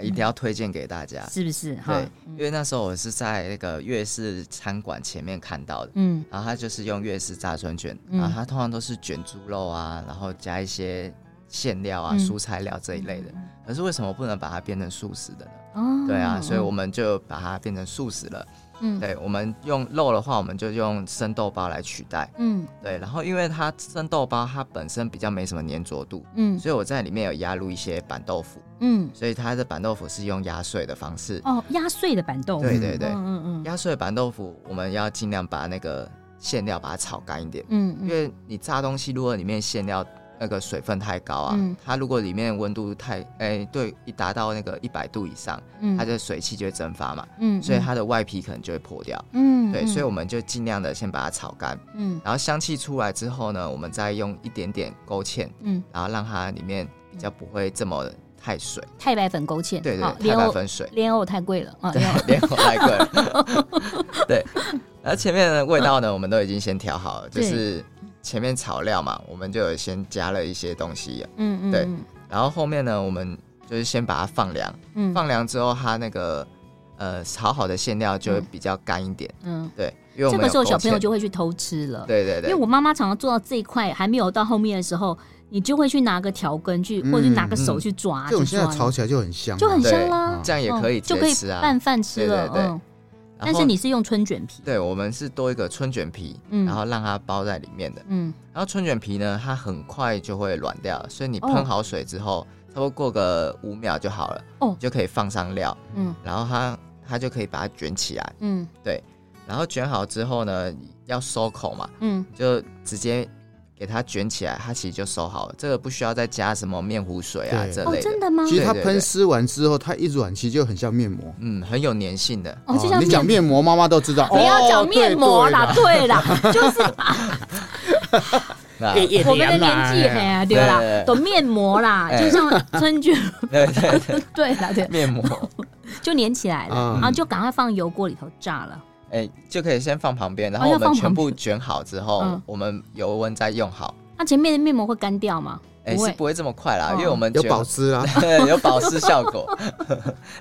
[SPEAKER 3] 一定要推荐给大家。
[SPEAKER 1] 是不是？哈
[SPEAKER 3] 对，，因为那时候我是在那个粤式餐馆前面看到的，
[SPEAKER 1] 嗯
[SPEAKER 3] 然后它就是用粤式炸春卷，
[SPEAKER 1] 嗯
[SPEAKER 3] 然后它通常都是卷猪肉啊，然后加一些馅料啊、
[SPEAKER 1] 嗯
[SPEAKER 3] 蔬菜料这一类的。可是为什么不能把它变成素食的呢？
[SPEAKER 1] 哦，
[SPEAKER 3] 对啊，所以我们就把它变成素食了。
[SPEAKER 1] 嗯
[SPEAKER 3] 对，我们用肉的话，我们就用生豆包来取代。
[SPEAKER 1] 嗯
[SPEAKER 3] 对，然后因为它生豆包它本身比较没什么粘着度，
[SPEAKER 1] 嗯
[SPEAKER 3] 所以我在里面有压入一些板豆腐，
[SPEAKER 1] 嗯
[SPEAKER 3] 所以它的板豆腐是用压碎的方式。
[SPEAKER 1] 哦，压碎的板豆腐，
[SPEAKER 3] 对对对，
[SPEAKER 1] 嗯嗯嗯
[SPEAKER 3] 压碎的板豆腐我们要尽量把那个馅料把它炒干一点，
[SPEAKER 1] 嗯
[SPEAKER 3] 因
[SPEAKER 1] 嗯
[SPEAKER 3] 为你炸东西如果里面馅料那个水分太高啊，
[SPEAKER 1] 嗯
[SPEAKER 3] 它如果里面温度太哎、对，一达到那个一百度以上，
[SPEAKER 1] 嗯，
[SPEAKER 3] 它的水汽就会蒸发嘛，
[SPEAKER 1] 嗯，
[SPEAKER 3] 所以它的外皮可能就会破掉。
[SPEAKER 1] 嗯
[SPEAKER 3] 对，所以
[SPEAKER 1] 以
[SPEAKER 3] 我们就尽量的先把它炒干，
[SPEAKER 1] 嗯
[SPEAKER 3] 然后香气出来之后呢，我们再用一点点勾芡，
[SPEAKER 1] 嗯
[SPEAKER 3] 然后让它里面比较不会这么太水。
[SPEAKER 1] 太白粉勾芡，
[SPEAKER 3] 对对
[SPEAKER 1] 嗯好，
[SPEAKER 3] 太
[SPEAKER 1] 莲
[SPEAKER 3] 白
[SPEAKER 1] 藕
[SPEAKER 3] 粉水，
[SPEAKER 1] 莲藕太贵了啊，
[SPEAKER 3] (laughs) 对
[SPEAKER 1] 莲藕，
[SPEAKER 3] 莲藕
[SPEAKER 1] (laughs)
[SPEAKER 3] 太贵了。对，然后前面的味道呢，我们都已经先调好了，就
[SPEAKER 1] 对
[SPEAKER 3] 是前面炒料嘛，我们就有先加了一些东西，
[SPEAKER 1] 嗯嗯
[SPEAKER 3] 对
[SPEAKER 1] 嗯
[SPEAKER 3] 然后后面呢，我们就是先把它放凉，
[SPEAKER 1] 嗯
[SPEAKER 3] 放凉之后它那个呃炒好的馅料就会比较干一点，
[SPEAKER 1] 嗯。
[SPEAKER 3] 对，因为我
[SPEAKER 1] 这
[SPEAKER 3] 们
[SPEAKER 1] 个
[SPEAKER 3] 有
[SPEAKER 1] 时候小
[SPEAKER 3] 勾
[SPEAKER 1] 朋友
[SPEAKER 3] 芡
[SPEAKER 1] 就会去偷吃了。
[SPEAKER 3] 对对对，
[SPEAKER 1] 因为我妈妈常常做到这一块还没有到后面的时候，你就会去拿个条根去，
[SPEAKER 3] 嗯
[SPEAKER 1] 或者去拿个手去抓。
[SPEAKER 2] 这种
[SPEAKER 1] 去
[SPEAKER 2] 现
[SPEAKER 1] 抓
[SPEAKER 2] 在炒起来就很香啊，
[SPEAKER 1] 就很
[SPEAKER 3] 对
[SPEAKER 1] 香啦，
[SPEAKER 3] 这样也可以
[SPEAKER 1] 嗯就
[SPEAKER 3] 直
[SPEAKER 1] 可以
[SPEAKER 3] 接吃啊
[SPEAKER 1] 拌饭吃了。
[SPEAKER 3] 对对
[SPEAKER 1] 嗯，
[SPEAKER 3] 对然
[SPEAKER 1] 但
[SPEAKER 3] 后
[SPEAKER 1] 是你是用春卷皮，
[SPEAKER 3] 对我们是多一个春卷皮，
[SPEAKER 1] 嗯
[SPEAKER 3] 然后让它包在里面的。
[SPEAKER 1] 嗯
[SPEAKER 3] 然后春卷皮呢，它很快就会软掉，所以你
[SPEAKER 1] 哦
[SPEAKER 3] 喷好水之后，差不多过个五秒就好了，
[SPEAKER 1] 哦
[SPEAKER 3] 你就可以放上料，
[SPEAKER 1] 嗯
[SPEAKER 3] 然后它它就可以把它卷起来，
[SPEAKER 1] 嗯
[SPEAKER 3] 然后卷好之后呢，要收口嘛，
[SPEAKER 1] 嗯
[SPEAKER 3] 就直接给它卷起来，它其实就收好了，这个不需要再加什么面糊水啊
[SPEAKER 2] 对
[SPEAKER 3] 这
[SPEAKER 1] 哦，
[SPEAKER 3] 类的，
[SPEAKER 1] 真的吗？
[SPEAKER 2] 其实它
[SPEAKER 3] 对对对
[SPEAKER 2] 喷湿完之后，它一软，其实就很像面膜。
[SPEAKER 3] 嗯，很有粘性的。
[SPEAKER 1] 哦，就像
[SPEAKER 2] 你讲面膜，妈妈都知道。
[SPEAKER 1] 不要
[SPEAKER 2] 哦
[SPEAKER 1] 讲面膜啦，，对啦，
[SPEAKER 3] (laughs)
[SPEAKER 1] 就是
[SPEAKER 3] 那
[SPEAKER 2] 对对
[SPEAKER 1] 我们的年纪，嘿，啊，对啦，
[SPEAKER 3] 哎对
[SPEAKER 1] 懂面膜啦，
[SPEAKER 3] 哎
[SPEAKER 1] 就像春卷，
[SPEAKER 3] 对 (laughs) 对对，
[SPEAKER 1] 对啦，对，
[SPEAKER 3] 面膜，
[SPEAKER 1] 就粘起来了，
[SPEAKER 2] 嗯
[SPEAKER 1] 然后就赶快放油锅里头炸了。
[SPEAKER 3] 哎、就可以先放旁边，然
[SPEAKER 1] 哦
[SPEAKER 3] 后
[SPEAKER 1] 要
[SPEAKER 3] 我们
[SPEAKER 1] 放
[SPEAKER 3] 全
[SPEAKER 1] 旁
[SPEAKER 3] 部卷好之后，
[SPEAKER 1] 嗯
[SPEAKER 3] 我们油温再用好。
[SPEAKER 1] 那前面的面膜会干掉吗？
[SPEAKER 3] 哎、
[SPEAKER 1] 不会
[SPEAKER 3] 是不会这么快啦，
[SPEAKER 1] 哦
[SPEAKER 3] 因为我们
[SPEAKER 2] 有
[SPEAKER 3] 觉得
[SPEAKER 2] 保湿啊啦。
[SPEAKER 3] (laughs) 对有保湿效果，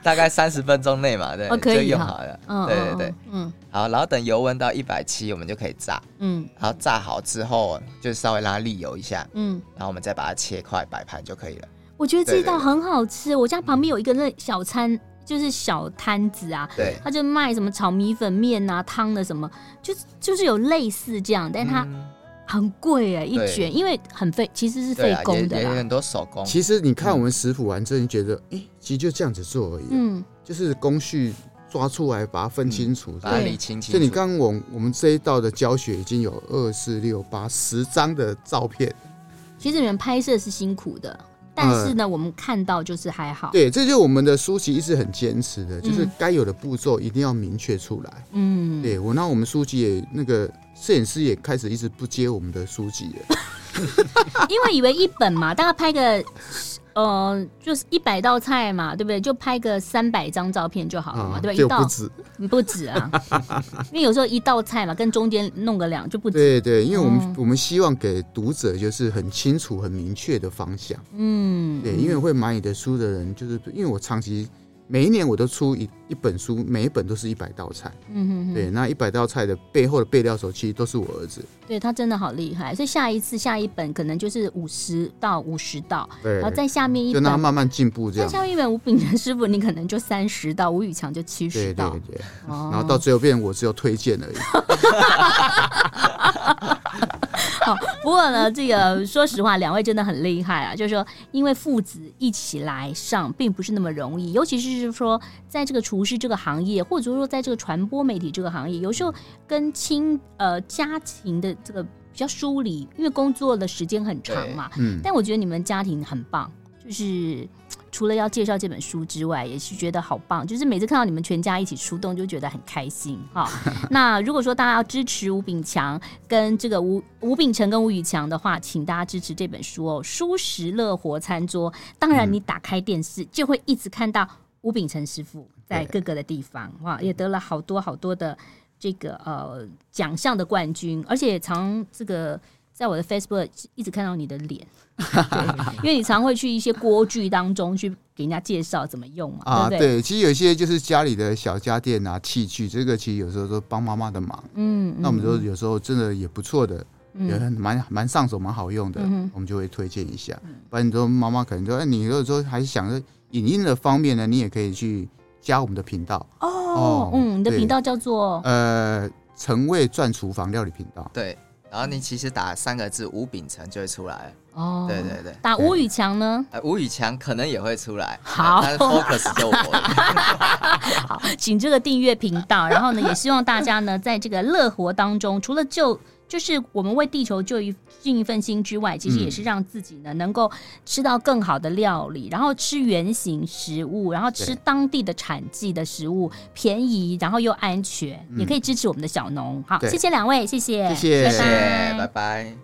[SPEAKER 3] 大概三十分钟内嘛，对，
[SPEAKER 1] 哦可以
[SPEAKER 3] 就用
[SPEAKER 1] 哈
[SPEAKER 3] 好了。
[SPEAKER 1] 嗯，
[SPEAKER 3] 对
[SPEAKER 1] 嗯
[SPEAKER 3] 对对，，
[SPEAKER 1] 嗯
[SPEAKER 3] 好，然后等油温到一百七，我们就可以炸。
[SPEAKER 1] 嗯
[SPEAKER 3] 然后炸好之后，就稍微让它沥油一下，
[SPEAKER 1] 嗯，
[SPEAKER 3] 然后我们再把它切块摆盘就可以了。
[SPEAKER 1] 我觉得这一道
[SPEAKER 3] 对对对
[SPEAKER 1] 很好吃。我家旁边有一个那小餐，就是小摊子啊，
[SPEAKER 3] 对，
[SPEAKER 1] 他就卖什么炒米粉面啊、汤的什么，就是就是有类似这样，但它
[SPEAKER 3] 嗯
[SPEAKER 1] 很贵哎，一
[SPEAKER 3] 对
[SPEAKER 1] 卷，因为很费，其实是
[SPEAKER 3] 对
[SPEAKER 1] 费
[SPEAKER 3] 啊，也
[SPEAKER 1] 工的
[SPEAKER 3] 也有
[SPEAKER 1] 啦。
[SPEAKER 3] 很多手工。
[SPEAKER 2] 其实你看我们食谱完之后，你觉得，哎、其实就这样子做而已，
[SPEAKER 1] 嗯
[SPEAKER 2] 就是工序抓出来，把它分清楚。
[SPEAKER 3] 把它
[SPEAKER 1] 对
[SPEAKER 3] 理清清
[SPEAKER 2] 所以你
[SPEAKER 3] 楚，
[SPEAKER 2] 刚刚我我们这一道的教学已经有二四六八十张的照片，
[SPEAKER 1] 其实你们拍摄是辛苦的，但是
[SPEAKER 3] 嗯
[SPEAKER 1] 呢，我们看到就是还好。
[SPEAKER 2] 对，这就是我们的书籍一直很坚持的，就是该有的步骤一定要明确出来。
[SPEAKER 1] 嗯，
[SPEAKER 2] 对我，那我们书籍也那个摄影师也开始一直不接我们的书籍了。
[SPEAKER 1] 因为以为一本嘛，大概拍个，呃，就是一百道菜嘛，对不对？就拍个三百张照片就好了哦嘛，对吧？
[SPEAKER 2] 啊嗯
[SPEAKER 1] 一
[SPEAKER 2] 就不
[SPEAKER 1] 道
[SPEAKER 2] 止。
[SPEAKER 1] 不止
[SPEAKER 2] (laughs)
[SPEAKER 1] 啊，因为有时候一道菜嘛，跟中间弄个两就不止。
[SPEAKER 2] 对对，因为我们、
[SPEAKER 1] 嗯
[SPEAKER 2] 我们希望给读者就是很清楚、很明确的方向。
[SPEAKER 1] 嗯，
[SPEAKER 2] 对，因为会买你的书的人，就是因为我长期每一年我都出一一本书，每一本都是一百道菜。
[SPEAKER 1] 嗯哼哼，
[SPEAKER 2] 对，那一百道菜的背后的备料手其实都是我儿子。
[SPEAKER 1] 对他真的好厉害，所以下一次下一本可能就是五十到五十道，
[SPEAKER 2] 对
[SPEAKER 1] 然，后再下面一
[SPEAKER 2] 就
[SPEAKER 1] 本，
[SPEAKER 2] 让他慢慢进步这
[SPEAKER 1] 再
[SPEAKER 2] 样。
[SPEAKER 1] 下面一本吴炳仁师傅，你可能就三十道，吴宇强就七
[SPEAKER 2] 对
[SPEAKER 1] 十
[SPEAKER 2] 对
[SPEAKER 1] 道，
[SPEAKER 2] 对，
[SPEAKER 1] 哦
[SPEAKER 2] 然后到最后变成我只有推荐
[SPEAKER 1] (laughs)
[SPEAKER 2] 而已。
[SPEAKER 1] 好，不过呢，这个说实话，两位真的很厉害啊。就是说，因为父子一起来上，并不是那么容易，尤其是是说，在这个厨师这个行业，或者说在这个传播媒体这个行业，有时候跟亲呃家庭的这个比较疏离，因为工作的时间很长嘛。
[SPEAKER 2] 嗯，
[SPEAKER 1] 但我觉得你们家庭很棒，就是嘖除了要介绍这本书之外，也是觉得好棒，就是每次看到你们全家一起出动，就觉得很开心哈。那如果说大家要支持吴炳强跟这个吴吴炳成跟吴宇强的话，请大家支持这本书哦，《舒适乐活餐桌》。当然，你打开电视就会一直看到吴炳成师傅在各个的地方哇，也得了好多好多的。这个呃奖项的冠军，而且常这个在我的 Facebook 一直看到你的脸，对，因为你常会去一些锅具当中去给人家介绍怎么用嘛，
[SPEAKER 2] 啊，
[SPEAKER 1] 对不对？
[SPEAKER 2] 对，其实有一些就是家里的小家电啊、器具，这个其实有时候都帮妈妈的忙。
[SPEAKER 1] 嗯，
[SPEAKER 2] 那我们说有时候真的也不错的，
[SPEAKER 1] 嗯
[SPEAKER 2] 也很蛮蛮上手、蛮好用的，
[SPEAKER 1] 嗯哼嗯
[SPEAKER 2] 我们就会推荐一下。不然你说妈妈可能说，哎，你如果说还是想着影音的方面呢，你也可以去加我们的频道，
[SPEAKER 1] 哦
[SPEAKER 2] 哦，
[SPEAKER 1] 嗯，你的
[SPEAKER 2] 对
[SPEAKER 1] 频道叫做
[SPEAKER 2] 呃，陈味转厨房料理频道。
[SPEAKER 3] 对，然后你其实打三个字吴秉承就会出来了。
[SPEAKER 1] 哦，
[SPEAKER 3] 对对对，
[SPEAKER 1] 打吴宇强呢？
[SPEAKER 3] 呃，吴宇强可能也会出来，啊
[SPEAKER 1] 好 (laughs)
[SPEAKER 3] 但是 focus 就我。
[SPEAKER 1] 好，请这个订阅频道，然后呢，也希望大家呢，在这个乐活当中，除了就就是我们为地球就一尽一份心之外，其实也是让自己呢能够吃到更好的料理，然后吃原形食物，然后吃
[SPEAKER 2] 对
[SPEAKER 1] 当地的产季的食物，便宜然后又安全，也可以支持我们的小农。好，
[SPEAKER 2] 对
[SPEAKER 1] 谢谢两位，谢谢，
[SPEAKER 2] 谢谢
[SPEAKER 1] 拜
[SPEAKER 3] 谢谢，拜拜。